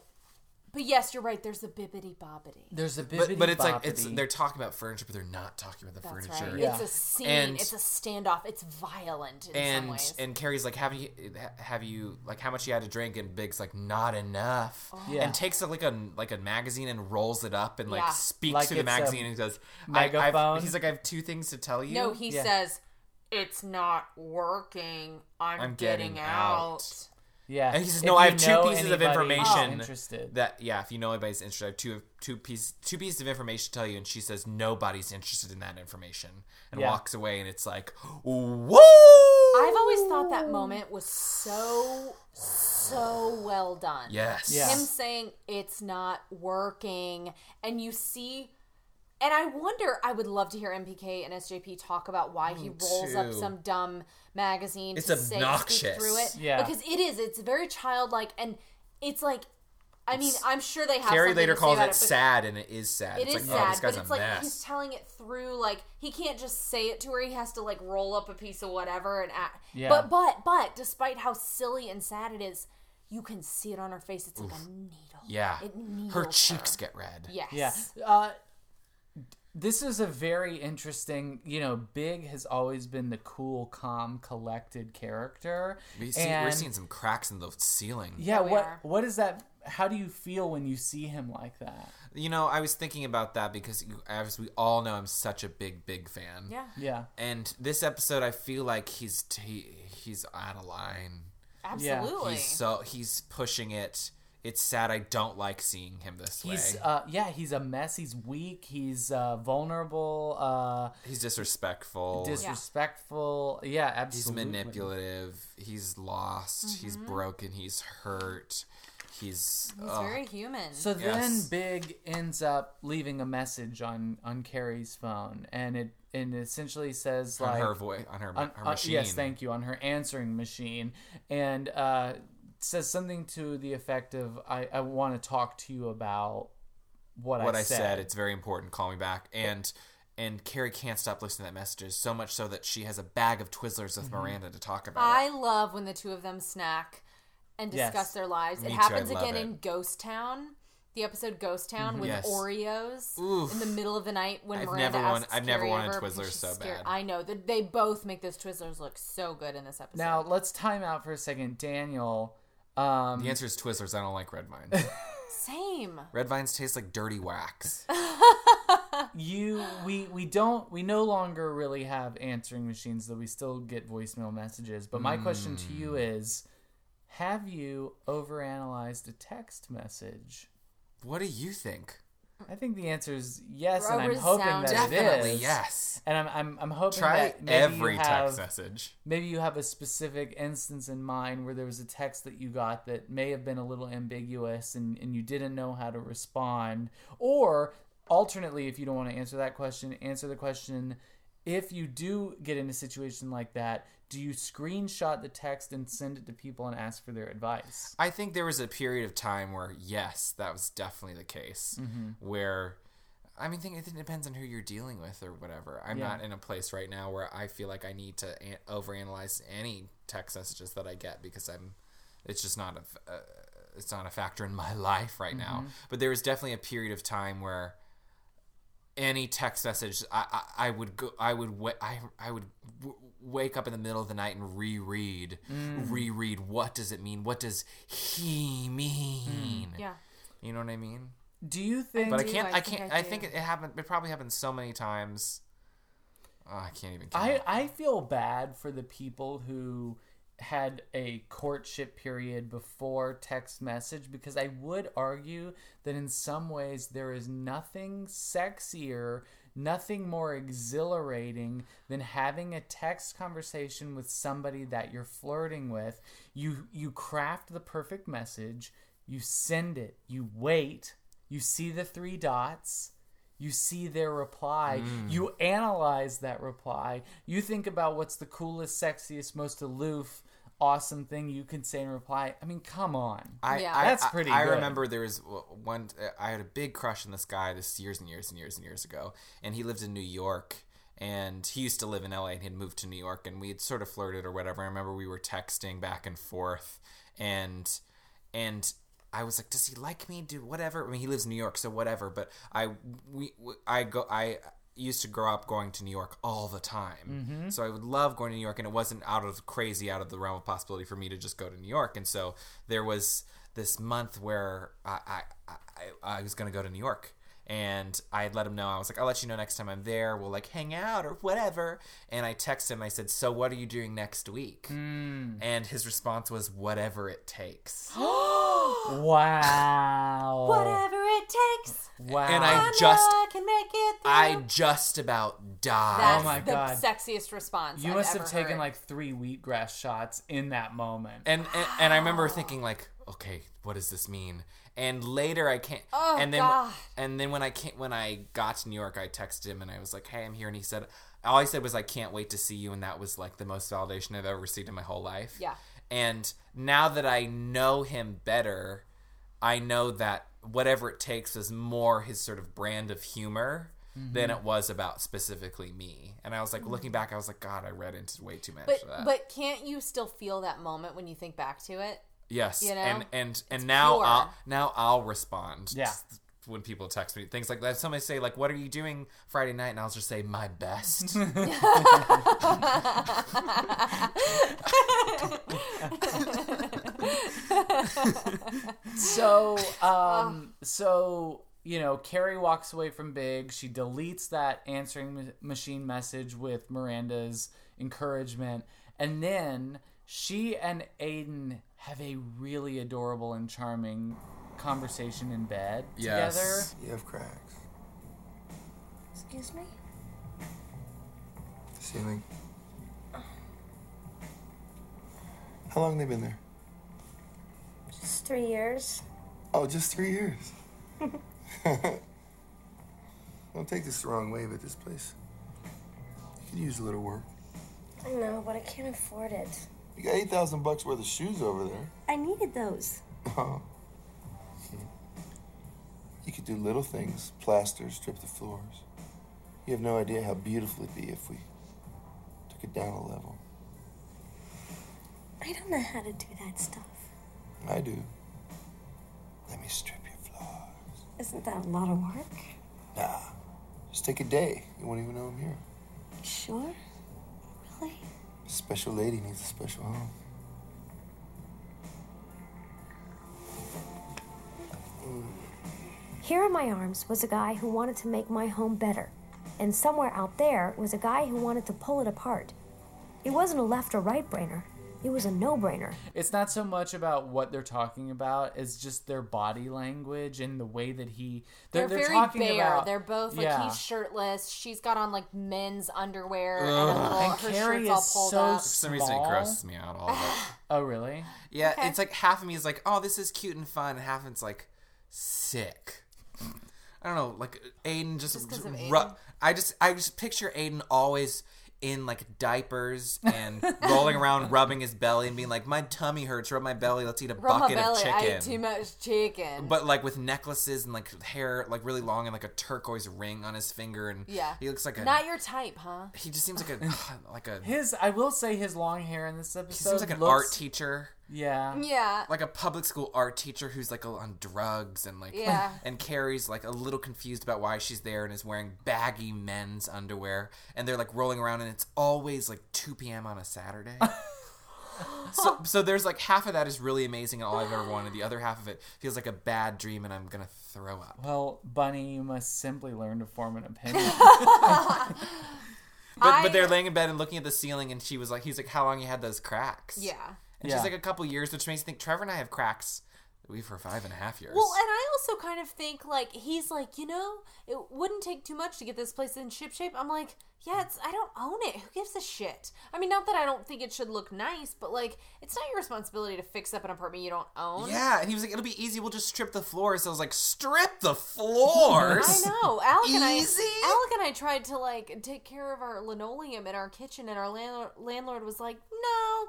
But yes, you're right. There's the bibbity bobbity. there's a But, but it's like it's bibbidi-bobbidi. they're talking about furniture, but they're not talking about the That's furniture. right. It's a scene. And- it's a standoff. It's violent in some and ways. and Carrie's like, have you have you like how much you had to drink? And Big's like, not enough. Yeah. And takes a, like a like a magazine and rolls it up and like Yeah. speaks Like through the it's a magazine and he goes, I, megaphone? I've, he's like, I have two things to tell you. No, he says it's not working. I'm, getting, out. Yeah. And he says, If "No, you I have two know pieces of anybody who's information interested. that yeah, if you know anybody's interested, I have two two piece two pieces of information to tell you." And she says, "Nobody's interested in that information," and Yeah. walks away. And it's like, whoa! I've always thought that moment was so so well done. Yes. Yeah. Him saying it's not working and you see and I wonder I would love to hear MPK and SJP talk about why he Me rolls up too. some dumb magazine It's to say, speak obnoxious. through it. Yeah. Because it is it's very childlike and it's like I mean, I'm sure they have Carrie something later to say calls about it but- sad, and it is sad. it it's is like, sad, oh, this guy's but it's a like mess. he's telling it through. Like he can't just say it to her; he has to like roll up a piece of whatever and act. Yeah. But but but, despite how silly and sad it is, you can see it on her face. It's like a needle. yeah, it her needles cheeks get red. Yes. Yeah. Uh, this is a very interesting. You know, Big has always been the cool, calm, collected character. We see, we're And- seeing some cracks in the ceiling. Yeah. What What is that? How do you feel when you see him like that? You know, I was thinking about that because, you, as we all know, I'm such a big, big fan. Yeah. Yeah. And this episode, I feel like he's t- he, he's out of line. Yeah. Absolutely. He's so he's pushing it. It's sad. I don't like seeing him this He's way. uh, yeah. He's a mess. He's weak. He's uh, vulnerable. Uh, he's disrespectful. disrespectful. Yeah. He's absolutely. manipulative. He's lost. He's Mhm. broken. He's hurt. He's He's ugh. very human. So then Yes. Big ends up leaving a message on on Carrie's phone, and it and it essentially says On like her voi- on her ma- her uh, yes, machine. thank you on her answering machine, and uh, says something to the effect of I I want to talk to you about what, what I said. It's very important. Call me back. And and Carrie can't stop listening to that messages so much so that she has a bag of Twizzlers with Mhm. Miranda to talk about. I love when the two of them snack and Yes. discuss their lives. Me it too, I happens love again it. in Ghost Town, the episode Ghost Town Mhm. with Yes. Oreos Oof. in the middle of the night when I've Miranda never want- asks I've never Carrie wanted over because Twizzlers she's so scared. bad. I know that they both make those Twizzlers look so good in this episode. Now let's time out for a second, Daniel. Um, the answer is Twizzlers. I don't like red vines. Same. red vines taste like dirty wax. you we we don't we no longer really have answering machines though we still get voicemail messages but my question to Hmm. you is have you overanalyzed a text message what do you think i think the answer is yes A and i'm hoping that resounding Definitely it is yes. and i'm i'm, I'm hoping Try that maybe you every text have- message. maybe you have a specific instance in mind where there was a text that you got that may have been a little ambiguous and, and you didn't know how to respond or alternately if you don't want to answer that question answer the question if you do get in a situation like that do you screenshot the text and send it to people and ask for their advice I think there was a period of time where yes, that was definitely the case. Mhm. Where, I mean, think it depends on who you're dealing with or whatever. I'm Yeah. not in a place right now where I feel like I need to an- overanalyze any text messages that I get because I'm, it's just not a, f- uh, it's not a factor in my life right now. Mhm. But there was definitely a period of time where any text message, I, I, I would go, I would, wa- I, I would w- wake up in the middle of the night and reread, Mm. reread. What does it mean? What does he mean? Mm. Yeah. You know what I mean? Do you think? but I do, can't. I I, think can't. I I think do. it happened. It probably happened so many times. Oh, I can't even. Count. I, I feel bad for the people who had a courtship period before text message because I would argue that in some ways there is nothing sexier, nothing more exhilarating than having a text conversation with somebody that you're flirting with. You you craft the perfect message, you send it, you wait, you see the three dots, you see their reply, Mm. you analyze that reply. You think about what's the coolest, sexiest, most aloof, awesome thing you can say in reply. I mean, come on. I, I- That's I- pretty I, good. remember there was w- one. uh, I had a big crush on this guy this years and years and years and years ago, and he lived in New York, and he used to live in LA, and he had moved to New York, and we had sort of flirted or whatever. I remember we were texting back and forth, and and I was like, does he like me? Do whatever. I mean, he lives in New York, so whatever. But I we I go I used to grow up going to New York all the time. Mhm. So I would love going to New York, and it wasn't out of crazy, out of the realm of possibility for me to just go to New York. And so there was this month where I I, I, I was going to go to New York, and I had let him know I was like, I'll let you know next time I'm there. We'll like hang out or whatever. And I texted him. I said, So what are you doing next week? And his response was, Whatever it takes. wow. Oh. Whatever it takes. Wow. And I know just- I can make it. Through. I just about died. That's my the God. sexiest response. You I've must ever have taken heard. like three wheatgrass shots in that moment. and, and and I remember thinking like, okay, what does this mean? And later I can't. Oh, and then God. and then when I can't when I got to New York, I texted him and I was like, hey, I'm here, and he said, all I said was I can't wait to see you, and that was like the most validation I've ever received in my whole life. Yeah. And now that I know him better, I know that whatever it takes is more his sort of brand of humor. Than Mhm. it was about specifically me, and I was like looking back. I was like, God, I read into way too much. Mm-hmm. But of that. but can't you still feel that moment when you think back to it? Yes, You know? and and It's and now pure. I'll now I'll respond. Yeah. s- When people text me things like that, somebody say like, "What are you doing Friday night?" and I'll just say, "My best." so um so you know carrie walks away from big she deletes that answering ma- machine message with miranda's encouragement and then she and aiden have a really adorable and charming conversation in bed Yes. together You have cracks. Excuse me? Ceiling. How long they been there? Just three years. Oh, just three years. Don't take this the wrong way, but this place. You could use a little work. I know, but I can't afford it. You got eight thousand bucks worth of shoes over there. I needed those. Oh. You could do little things, plaster, strip the floors. You have no idea how beautiful it'd be if we took it down a level. I don't know how to do that stuff. I do. Let me strip your floor. Isn't that a lot of work? Nah. Just take a day. You won't even know I'm here. Sure. Really? A special lady needs a special home. Here in my arms was a guy who wanted to make my home better, and somewhere out there was a guy who wanted to pull it apart. It wasn't a left or right brainer, it was a no brainer. it's not so much about what they're talking about it's just their body language and the way that he They're, they're, they're very talking bare. about they're both like yeah. he's shirtless. She's got on like men's underwear and, Ugh. all, And her Carrie shirt's all is pulled so up. For some reason, it Small. grosses me out all of it. oh really Yeah, it's like half of me is like, "Oh, this is cute and fun," and half of it's like, "Sick." I don't know, like Aiden just, 'cause of ru- Aiden? I just I just picture Aiden always in like diapers and rolling around, rubbing his belly and being like, "My tummy hurts. Rub my belly. Let's eat a From my bucket belly, of chicken." I ate too much chicken. But like with necklaces and like hair, like really long and like a turquoise ring on his finger, and yeah, he looks like a not your type, huh? he just seems like a like a His, I will say, his long hair in this episode seems like an looks- art teacher. Yeah. Yeah. Like a public school art teacher who's like on drugs and like Yeah. and Carrie's like a little confused about why she's there and is wearing baggy men's underwear and they're like rolling around and it's always like 2 p.m. on a Saturday. so so there's like half of that is really amazing and all I've ever wanted. The other half of it feels like a bad dream and I'm going to throw up. Well, Bunny, you must simply learn to form an opinion. But but they're laying in bed and looking at the ceiling and she was like he's like how long you had those cracks? Yeah. And Yeah. she's like a couple years which makes me think Trevor and I have cracks. We for five and a half years. Well, and I also kind of think like he's like, you know, it wouldn't take too much to get this place in ship shape. I'm like, yeah, it's I don't own it. Who gives a shit? I mean, not that I don't think it should look nice, but like, it's not your responsibility to fix up an apartment you don't own. Yeah, and he was like, "It'll be easy. We'll just strip the floors." I was like, "Strip the floors?" I know. Alec and Easy? I, Alec and I tried to like take care of our linoleum in our kitchen, and our landlord, landlord was like, "No,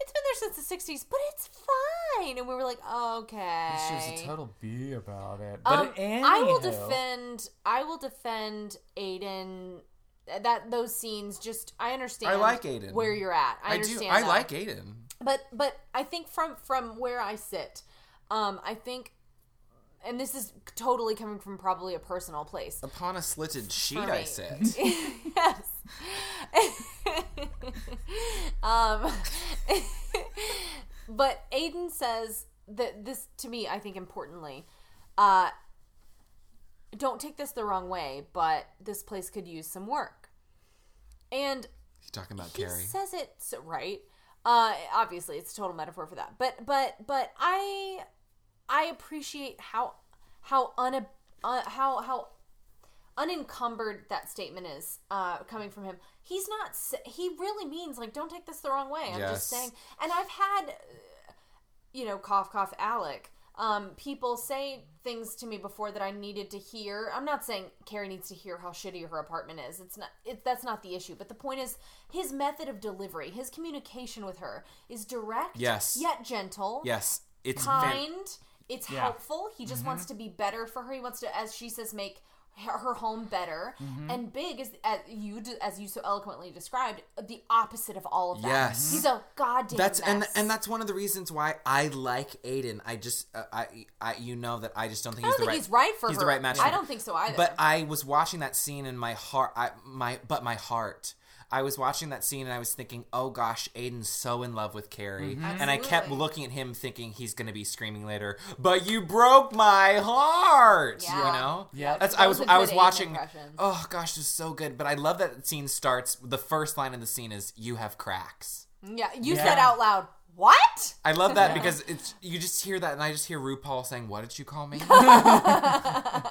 it's been there since the '60s, but it's fine." And we were like, "Okay." she was a total bee about it. But Um, I will anywho. defend. I will defend Aiden. That those scenes just. I understand. I like Aiden. Where you're at, I, I understand. do. I that. like Aiden. But but I think from from where I sit, um, I think, and this is totally coming from probably a personal place. Upon a slitted sheet, For I me. sit. yes. um, but Aiden says that this to me, I think importantly, uh, don't take this the wrong way, but this place could use some work. And You talking about he Carrie? says it so, right. Uh, obviously, it's a total metaphor for that. But but but I I appreciate how how un uh, how how unencumbered that statement is uh, coming from him. He's not. s- He really means like don't take this the wrong way. I'm just Yes. saying. And I've had uh, you know cough cough Alec. Um, people say things to me before that I needed to hear. I'm not saying Carrie needs to hear how shitty her apartment is. It's not. It, that's not the issue. But the point is his method of delivery, his communication with her is direct. Yes. Yet gentle Yes, it's fan- kind. It's Yeah. helpful. He just wants Mhm. to be better for her. He wants to, as she says, make her her home better. Mhm. And big is as you d- as you so eloquently described the opposite of all of that. Yes. he's a goddamn. That's mess. and and that's one of the reasons why I like Aiden. I just uh, I I you know that I just don't think I he's don't the think right he's right for he's her. the right match. I for her. don't think so either. But I was watching that scene in my heart. I my but my heart. I was watching that scene and I was thinking, oh gosh, Aiden's so in love with Carrie, Mhm. and I kept looking at him thinking he's gonna be screaming later. But you broke my heart. Yeah. You know. Yeah. That's That I was was a I good was Aiden watching. impression. Oh gosh, it was so good. But I love that scene starts. The first line of the scene is, "You have cracks." yeah, you Yeah. said out loud what? I love that because it's you just hear that, and I just hear RuPaul saying, "What did you call me?"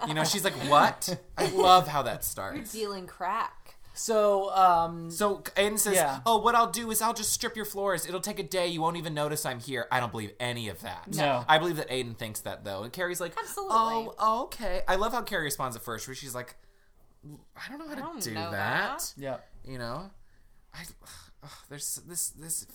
you know, she's like, "What?" I love how that you're starts. dealing crack. So, um, so Aiden says, Yeah. "Oh, what I'll do is I'll just strip your floors. It'll take a day. You won't even notice I'm here." I don't believe any of that. No. I believe that Aiden thinks that though, and Carrie's like, Absolutely. "Oh, okay." I love how Carrie responds at first, where she's like, "I don't know how to don't do know that." Yeah. You know, I ugh, there's this this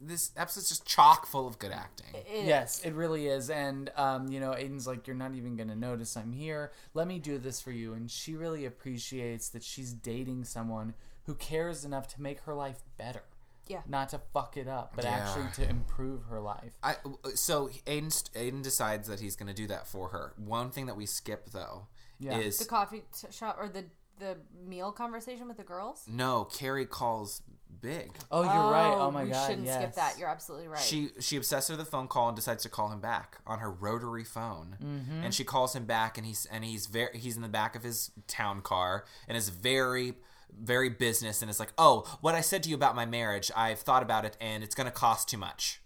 this episode's just chock full of good acting. Yes, it really is. And, um, you know, Aiden's like, You're not even going to notice I'm here. Let me do this for you. And she really appreciates that she's dating someone who cares enough to make her life better. Yeah. Not to fuck it up, but Yeah. actually to improve her life. I uh, so Aiden Aiden decides that he's going to do that for her. One thing that we skip though Yeah. is the coffee t- shop or the the meal conversation with the girls. no. Carrie calls Big. Oh, you're right. Oh my we god. shouldn't yes. skip that. You're absolutely right. She she obsessed with the phone call and decides to call him back on her rotary phone. Mhm. And she calls him back, and he's and he's very he's in the back of his town car and is very very business and is like, oh, what I said to you about my marriage, I've thought about it, and it's going to cost too much.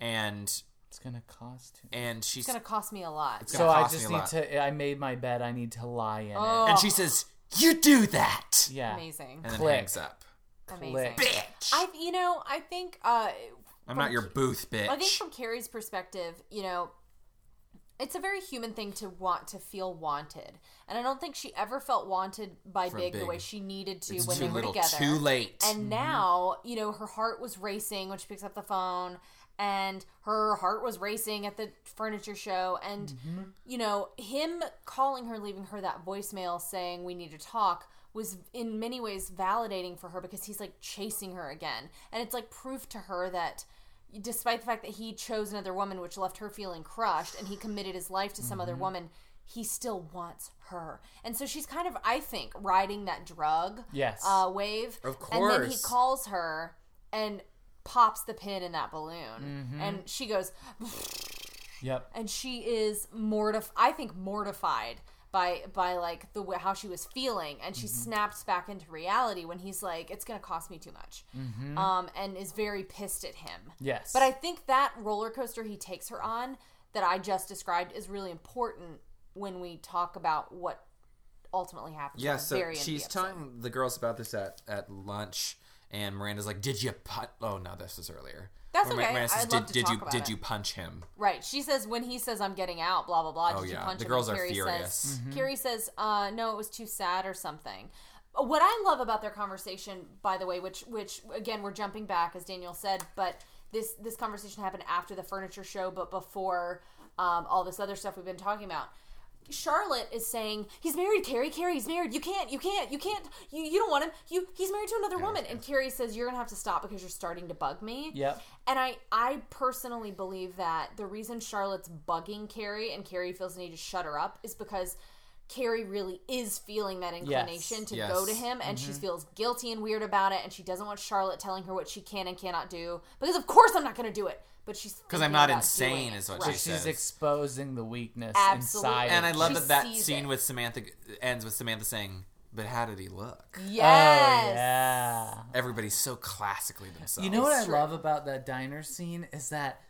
And it's going to cost. Too And she's it's gonna cost me a lot. It's gonna So I cost me just a need lot. to. I made my bed. I need to lie in Oh. it. And she says, "You do that." Yeah. Amazing. and then Click. hangs up. Amazing. Bitch. I, you know, I think. Uh, I'm from not your Ca- booth bitch. I think from Carrie's perspective, you know, it's a very human thing to want to feel wanted, and I don't think she ever felt wanted by For Big, the Big. way she needed to It's when too they were little, together. too late. And Mhm. now, you know, her heart was racing when she picks up the phone, and her heart was racing at the furniture show, and you know, him calling her, leaving her that voicemail saying, We need to talk, was in many ways validating for her because he's like chasing her again. And it's like proof to her that despite the fact that he chose another woman, which left her feeling crushed, and he committed his life to some other Mhm. woman, he still wants her. And so she's kind of, I think, riding that drug Yes. uh, wave. Of And then he course. calls her and pops the pin in that balloon. Mm-hmm. Mhm. And she goes, Yep. and she is mortified i think mortified by by like the way how she was feeling and she Mm-hmm. Mhm. snaps back into reality when he's like it's gonna cost me too much Mhm. Mm-hmm. um and is very pissed at him Yes. but i think that roller coaster he takes her on that i just described is really important when we talk about what ultimately happens Yeah, at the so very end of the she's episode. telling the girls about this at, at lunch, and Miranda's like, "Did you put? Oh no, this is earlier. That's Or okay. Miranda says, I'd love did, to did talk you about did it." you punch him? Right. She says when he says I'm getting out, blah blah blah. Oh, did you yeah. punch The him? girls are Carrie Says, furious. Mhm. Carrie says, uh, "No, it was too sad or something." Uh, What I love about their conversation, by the way, which which again we're jumping back as Daniel said, but this this conversation happened after the furniture show, but before um, all this other stuff we've been talking about. Charlotte is saying he's married, Carrie. Carrie's married. You can't, you can't, you can't. You, you don't want him. You he's married to another woman. And Carrie says you're gonna have to stop because you're starting to bug me. Yep. And I, I personally believe that the reason Charlotte's bugging Carrie and Carrie feels the need to shut her up is because Carrie really is feeling that inclination to Yes. go to him and she Mhm. feels guilty and weird about it and she doesn't want Charlotte telling her what she can and cannot do because of course I'm not going to do it. But she's Because I'm thinking not about insane, doing it. is what So she she's says. exposing the weakness Absolutely. inside. and I love She that that sees scene it. with Samantha ends with Samantha saying, "But how did he look? Yes. Oh, yeah. Everybody's so classically themselves." You know what I love about that diner scene is that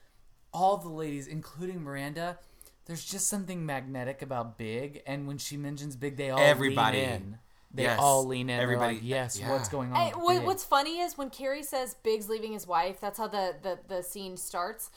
all the ladies, including Miranda, there's just something magnetic about Big, and when she mentions Big, they all Everybody. lean in. They Yes. all lean in. Everybody, Everybody- yes, yeah. what's going on? I, with what, Big?" what's funny is when Carrie says Big's leaving his wife, that's how the, the, the scene starts.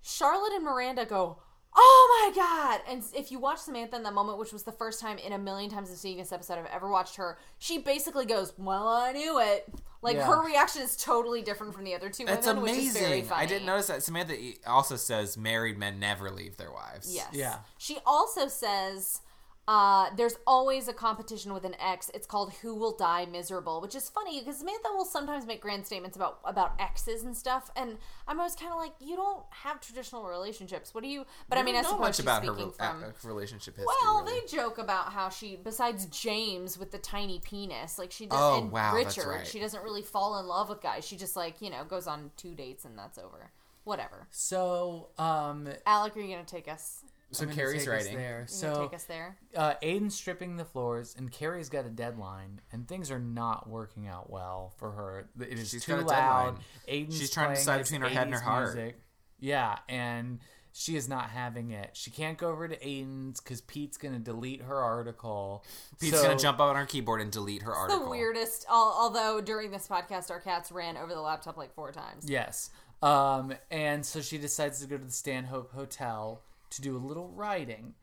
Charlotte and Miranda go, Oh my God. And if you watch Samantha in that moment, which was the first time in a million times of seeing this episode I've ever watched her, she basically goes, Well, I knew it. Like Yeah. her reaction is totally different from the other two That's women, amazing. which is very funny. I didn't notice that. Samantha e- also says married men never leave their wives. Yes. She also says uh, there's always a competition with an ex. It's called Who Will Die Miserable, which is funny because Samantha will sometimes make grand statements about about exes and stuff. And I'm always kind of like, you don't have traditional relationships. What do you? But I We mean, I don't suppose know much she's about her speaking re- from. uh, relationship history. well, really. they joke about how she, besides James with the tiny penis, like she does, Oh, and wow, Richard, that's right. she doesn't really fall in love with guys. She just like you know goes on two dates and that's over. Whatever. So, um, Alec, are you gonna take us? I'm gonna take us There. You gonna So, take us there. Uh, Aiden's stripping the floors, and Carrie's got a deadline, and things are not working out well for her. It is She's too got a loud. deadline. Aiden's She's trying to playing decide his between her head and her 80s heart. music. Yeah, and she is not having it. She can't go over to Aiden's because Pete's going to delete her article. Pete's So- gonna jump up on our keyboard and delete her It's article. the weirdest. al- Although during this podcast, our cats ran over the laptop like four times. Yes. Um, and so she decides to go to the Stanhope Hotel to do a little writing.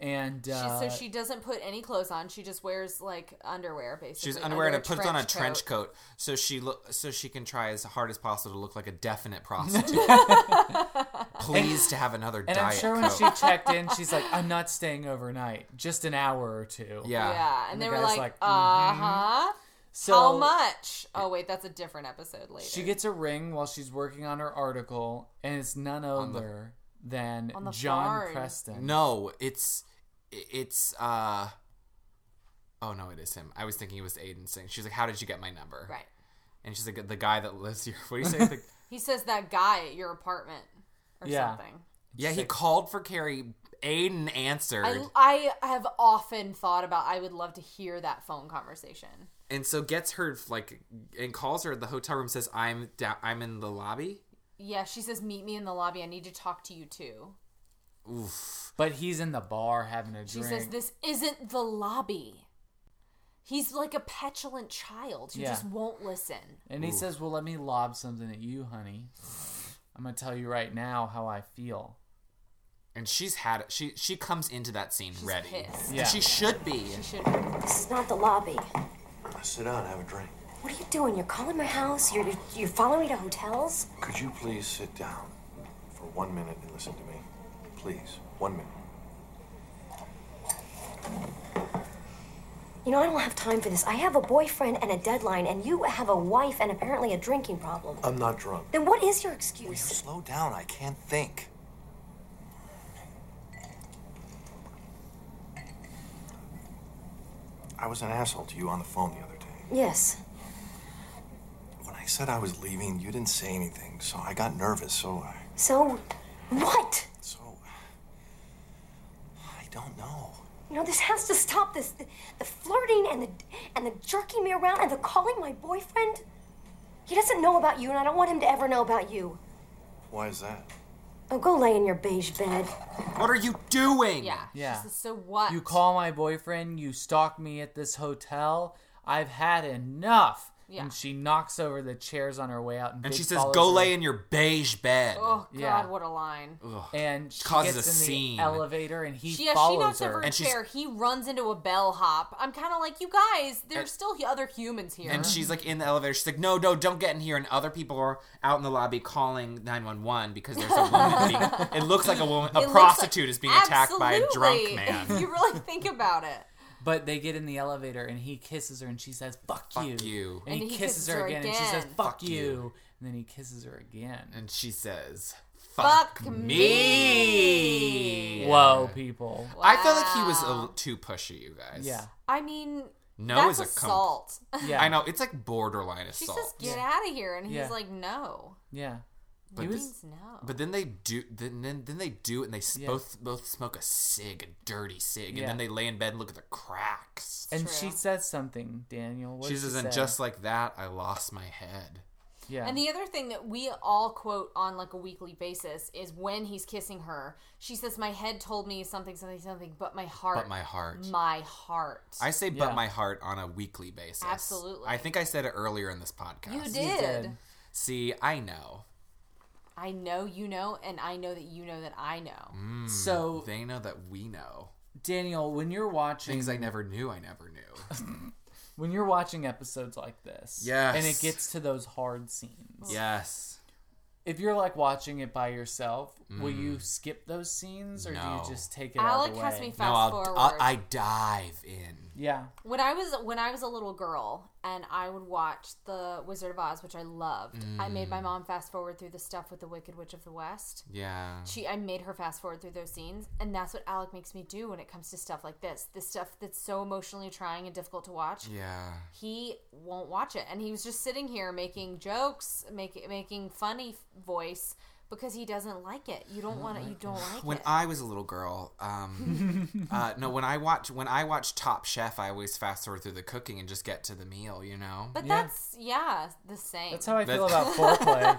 And uh, she, so she doesn't put any clothes on. She just wears like underwear, basically. She's underwear under and puts on a trench coat. coat, so she look so she can try as hard as possible to look like a definite prostitute. Pleased to have another And diet I'm sure when coke. she checked in, she's like, "I'm not staying overnight, just an hour or two. Yeah. Yeah, and, the they were guy's like, "Uh mm-hmm. huh." So- how much? Oh wait, that's a different episode later. She gets a ring while she's working on her article, and it's none other than On the John farm. Preston. No, it's it's uh oh no, it is him. I was thinking it was Aiden Singh. She's like, "How did you get my number?" Right. And she's like, "The guy that lives here." What do you say? The- He says that guy at your apartment or Yeah. something. yeah, he called for Carrie. Aiden answered, I, I have often thought about. I would love to hear that phone conversation. and so gets her like and calls her at the hotel room. Says, "I'm down. I'm in the lobby." Yeah, she says, "Meet me in the lobby. I need to talk to you too." Oof. But he's in the bar having a She drink. says, This isn't the lobby. He's like a petulant child who Yeah. just won't listen. and he says, "Well, let me lob something at you, honey. I'm gonna tell you right now how I feel." And she's had she she comes into that scene ready. pissed. And Yeah. she should be. This is not the lobby. Sit down, have a drink. What are you doing? You're calling my house? You're, you're, you're following me to hotels? Could you please sit down for one minute and listen to me? Please, one minute. You know, I don't have time for this. I have a boyfriend and a deadline, and you have a wife and apparently a drinking problem. I'm not drunk. Then what is your excuse? Slow down. I can't think. I was an asshole to you on the phone the other day. Yes. When I said I was leaving, you didn't say anything, so I got nervous, so I. So, what? So. I don't know. You know, this has to stop. This, the, the flirting and the and the jerking me around and the calling my boyfriend. He doesn't know about you, and I don't want him to ever know about you. Why is that? Oh, go lay in your beige bed. What are you doing? Yeah. Yeah. She says, so what? You call my boyfriend, you stalk me at this hotel. I've had enough. Yeah. And she knocks over the chairs on her way out. And, And Big she says, follows "Go her. lay in your beige bed." Oh God, Yeah. what a line! And she Causes gets a in scene. the elevator and he She, yeah, she follows knocks over her. a chair. He runs into a bellhop. I'm kind of like, you guys, there's And- still other humans here. And she's like in the elevator. She's like, "No, no, don't get in here." And other people are out in the lobby calling nine one one because there's a woman. being, it looks like a woman, It a looks prostitute like- is being attacked by a drunk Absolutely. man. If you really think about it. But they get in the elevator and he kisses her and she says, "Fuck, you." you. And, he, kisses, her again, and she says, again. "Fuck, you. And then he kisses her again. And she says, Fuck me. Whoa, people. I feel like he was a l- too pushy, you guys. Yeah. I mean, No that's is a assault. Com- I know it's like borderline She assault. says, "Get out of here," and he's Yeah. like, "No." Yeah. But He th- means no. But then they do. Then then, then they do it, and they s- Yeah. both both smoke a cig, a dirty cig, and Yeah. then they lay in bed and look at the cracks. And she says something, Daniel. What she does says, she "And say? just like that, I lost my head." Yeah. And the other thing that we all quote on like a weekly basis is when he's kissing her, she says, "My head told me something, something, something, but my heart, But my heart." my heart." I say, "But Yeah. my heart" on a weekly basis. Absolutely. I think I said it earlier in this podcast. You You did. did. See, I know. I know you know, and I know that you know that I know. Mm, So- they know that we know Daniel, when you're watching things I never knew. I never knew. when you're watching episodes like this, Yes. and it gets to those hard scenes, yes. If you're like watching it by yourself, will Mm. you skip those scenes or do No. you just take it Alec all the way? has me No, fast I'll, forward. I'll, I dive in. yeah. When I was when I was a little girl and I would watch The Wizard of Oz, which I loved, I made my Mm. mom fast forward through the stuff with the Wicked Witch of the West. Yeah. She I made her fast forward through those scenes, and that's what Alec makes me do when it comes to stuff like this. This stuff that's so emotionally trying and difficult to watch. Yeah. He won't watch it. And he was just sitting here making jokes, making making funny f- voice because he doesn't like it. You don't want it. You don't like when it. I was a little girl, um, uh, no, when I watch when I watch Top Chef, I always fast forward through the cooking and just get to the meal. You know. But that's yeah, the same. That's how I feel about foreplay.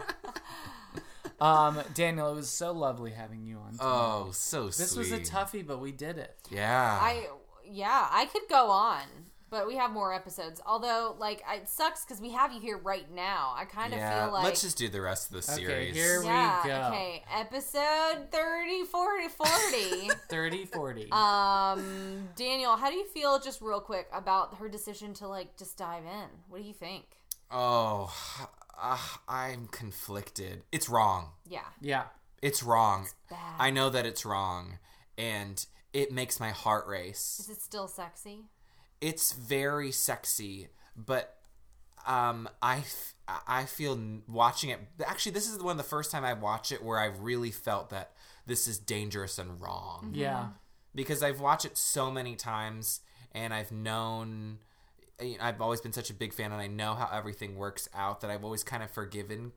um, Daniel, it was so lovely having you on. Oh, tonight. so This was a sweet. toughie, but we did it. yeah. I yeah, I could go on, but we have more episodes. Although, like, it sucks because we have you here right now. I kind of yeah. feel like Let's just do the rest of the Okay, series. here yeah, we go. okay, episode 30, 40, 40. 30, 40. um, Daniel, how do you feel, just real quick, about her decision to like just dive in? What do you think? Oh, uh, I'm conflicted. It's wrong. Yeah. Yeah. It's wrong. bad. I know that it's wrong, and it makes my heart race. Is it still sexy? it's very sexy, but um, I f- I feel n- watching it. Actually, this is one of the first time I watch it where I really felt that this is dangerous and wrong. mhm. Yeah. because I've watched it so many times, and I've known. I- I've always been such a big fan, and I know how everything works out. That I've always kind of forgiven,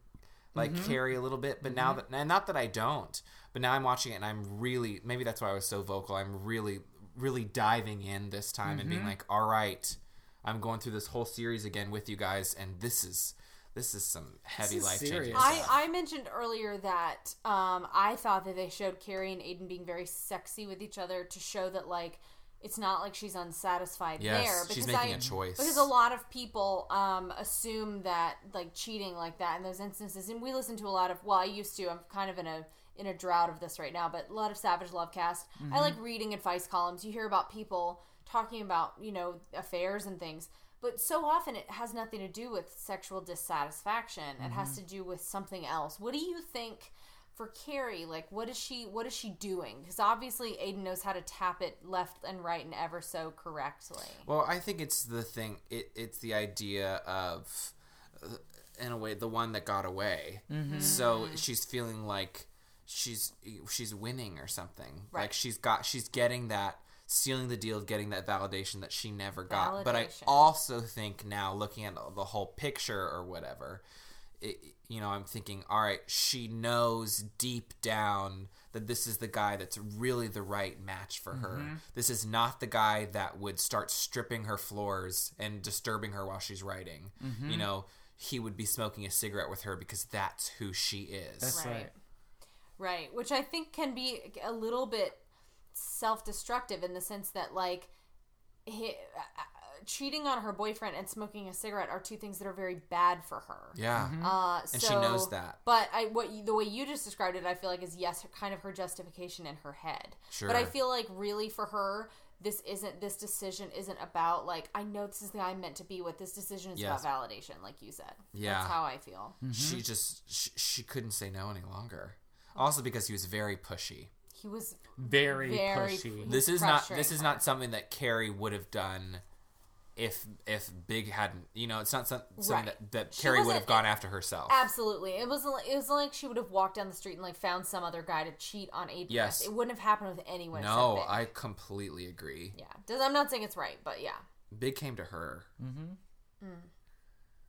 like Mhm. Carrie, a little bit. But now Mhm. that, and not that I don't, but now I'm watching it, and I'm really. Maybe that's why I was so vocal. I'm really, really diving in this time and being Mhm. like like, all right, I'm going through this whole series again with you guys, and this is this is some heavy is life changing. serious. I, I mentioned earlier that um, I thought that they showed Carrie and Aiden being very sexy with each other to show that like it's not like she's unsatisfied Yes, there. she's because making I- a choice. Because a lot of people um, assume that like cheating like that in those instances, and we listen to a lot of. Well, I used to. I'm kind of in a in a drought of this right now, but a lot of Savage Lovecast. I Mm-hmm. Mhm. like reading advice columns. You hear about people talking about you know affairs and things. But so often it has nothing to do with sexual dissatisfaction. It has Mm-hmm. Mhm. to do with something else. What do you think for Carrie, like what is she what is she doing? Because obviously Aiden knows how to tap it left and right and ever so correctly. Well, I think it's the thing. It, it's the idea of, uh, in a way, the one that got away. Mm-hmm. Mhm. So she's feeling like she's she's winning or something. Right. Like she's got she's getting that sealing the deal, getting that validation that she never got. But I Validation. also think now, looking at the whole picture or whatever, it, you know, I'm thinking, all right, she knows deep down that this is the guy that's really the right match for her. Mhm. This is not the guy that would start stripping her floors and disturbing her while she's writing. Mhm. You know, he would be smoking a cigarette with her because that's who she is. That's Right. right. Right, which I think can be a little bit self-destructive in the sense that like he, uh, uh, cheating on her boyfriend and smoking a cigarette are two things that are very bad for her. Yeah. Mhm. uh, And she so- knows that. But I what you, the way you just described it, I feel like is yes, kind of her justification in her head. But I Sure. feel like really for her. This isn't this decision isn't about like I know this is the guy I'm meant to be with. This decision is Yes. about validation, like you said. Yeah. that's how I feel. She just she, she couldn't say no any longer. Also because he was very pushy. He was Very Very pushy. This is not pressuring this is her. not something that Carrie would have done if if Big hadn't, you know, it's not some, Right. something that, that She Carrie would wasn't- have gone after herself. Absolutely, it was. It was like she would have walked down the street and like found some other guy to cheat on Aiden. Yes. it wouldn't have happened with anyone. except No, Vic. I completely agree. yeah. Does I'm not saying it's right, but yeah. Big came to her. Mm-hmm. Mm.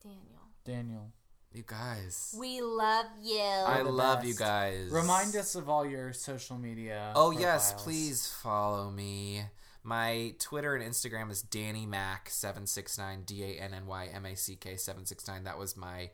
Daniel, Daniel. You guys. we love you. I love you guys. Remind us of all your social media. Oh yes, profiles. please follow me. My Twitter and Instagram is Danny Mac seven six nine D A N N Y M A C K seven six nine. That was my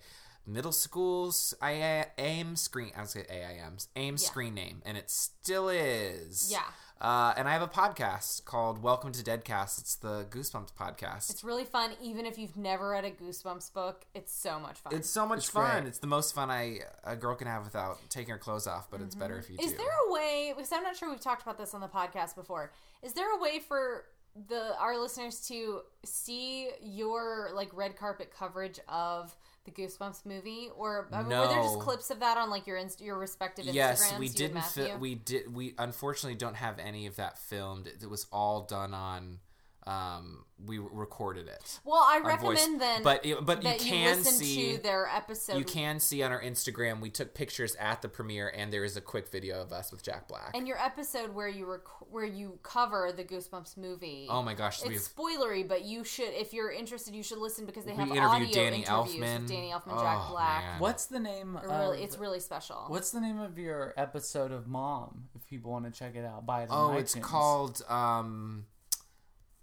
middle school's I aim screen. I was going AIMs aim screen name, and it still is. Yeah. Uh, and I have a podcast called Welcome to Deadcast. It's the Goosebumps podcast. It's really fun, even if you've never read a Goosebumps book. It's so much fun. It's so much fun. great. It's the most fun I a girl can have without taking her clothes off, but it's better if you Mm-hmm. Is do. there a way? Because I'm not sure we've talked about this on the podcast before. Is there a way for the our listeners to see your like red carpet coverage of the Goosebumps movie, or I mean, were there just No. clips of that on like your inst- your respective? yes Instagrams, we you and didn't fi- Matthew? we did we unfortunately don't have any of that filmed it, was all done on um we re- recorded it Well, I on voice. recommend then, but it, but that you can listen see to their episode. you can see on our instagram we took pictures at the premiere and there is a quick video of us with jack black and your episode where you rec- where you cover the Goosebumps movie. Oh my gosh, it's we've- spoilery, but you should if you're interested, you should listen because they We have interviewed audio Danny interviews Elfman. with Danny Elfman, Jack Oh, Black. man. What's the name? It really- of- it's really special. Um, What's the name of your episode of Mom? If people want to check it out, buy it. On oh it's iTunes. called um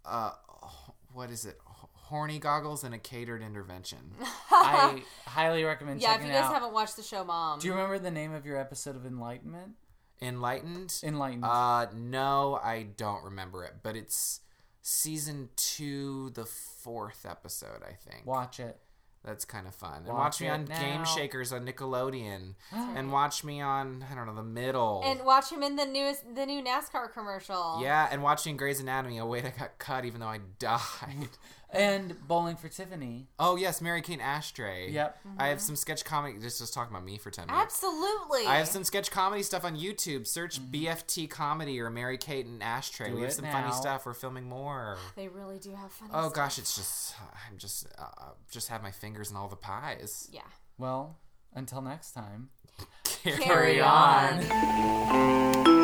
uh what is it H- horny goggles and a catered intervention I highly recommend. yeah, if checking you it guys out. haven't watched the show, Mom, Do you remember the name of your episode of Enlightenment? Enlightened? Enlightened. Uh no, I don't remember it, but it's season 2, the 4th episode, I think. Watch it. That's kind of fun. and Watch watch me it on now. Game Shakers on Nickelodeon That's and right. watch me on I don't know, The Middle. and watch him in the newest, the new NASCAR commercial. yeah, and watching Grey's Anatomy. Oh wait, I got cut even though I died. And Bowling for Tiffany. Oh yes, Mary Kane Ashtray. Yep. I have some sketch comedy just just talking about me for 10 minutes. absolutely. I have some sketch comedy stuff on YouTube. Search BFT comedy or Mary Kate and Ashtray. Mm-hmm. Do we have it some now. funny stuff. We're filming more. They really do have fun. Oh gosh, it's just I'm just uh, uh, just have my fingers in all the pies. Yeah. Well, until next time. Carry on. on.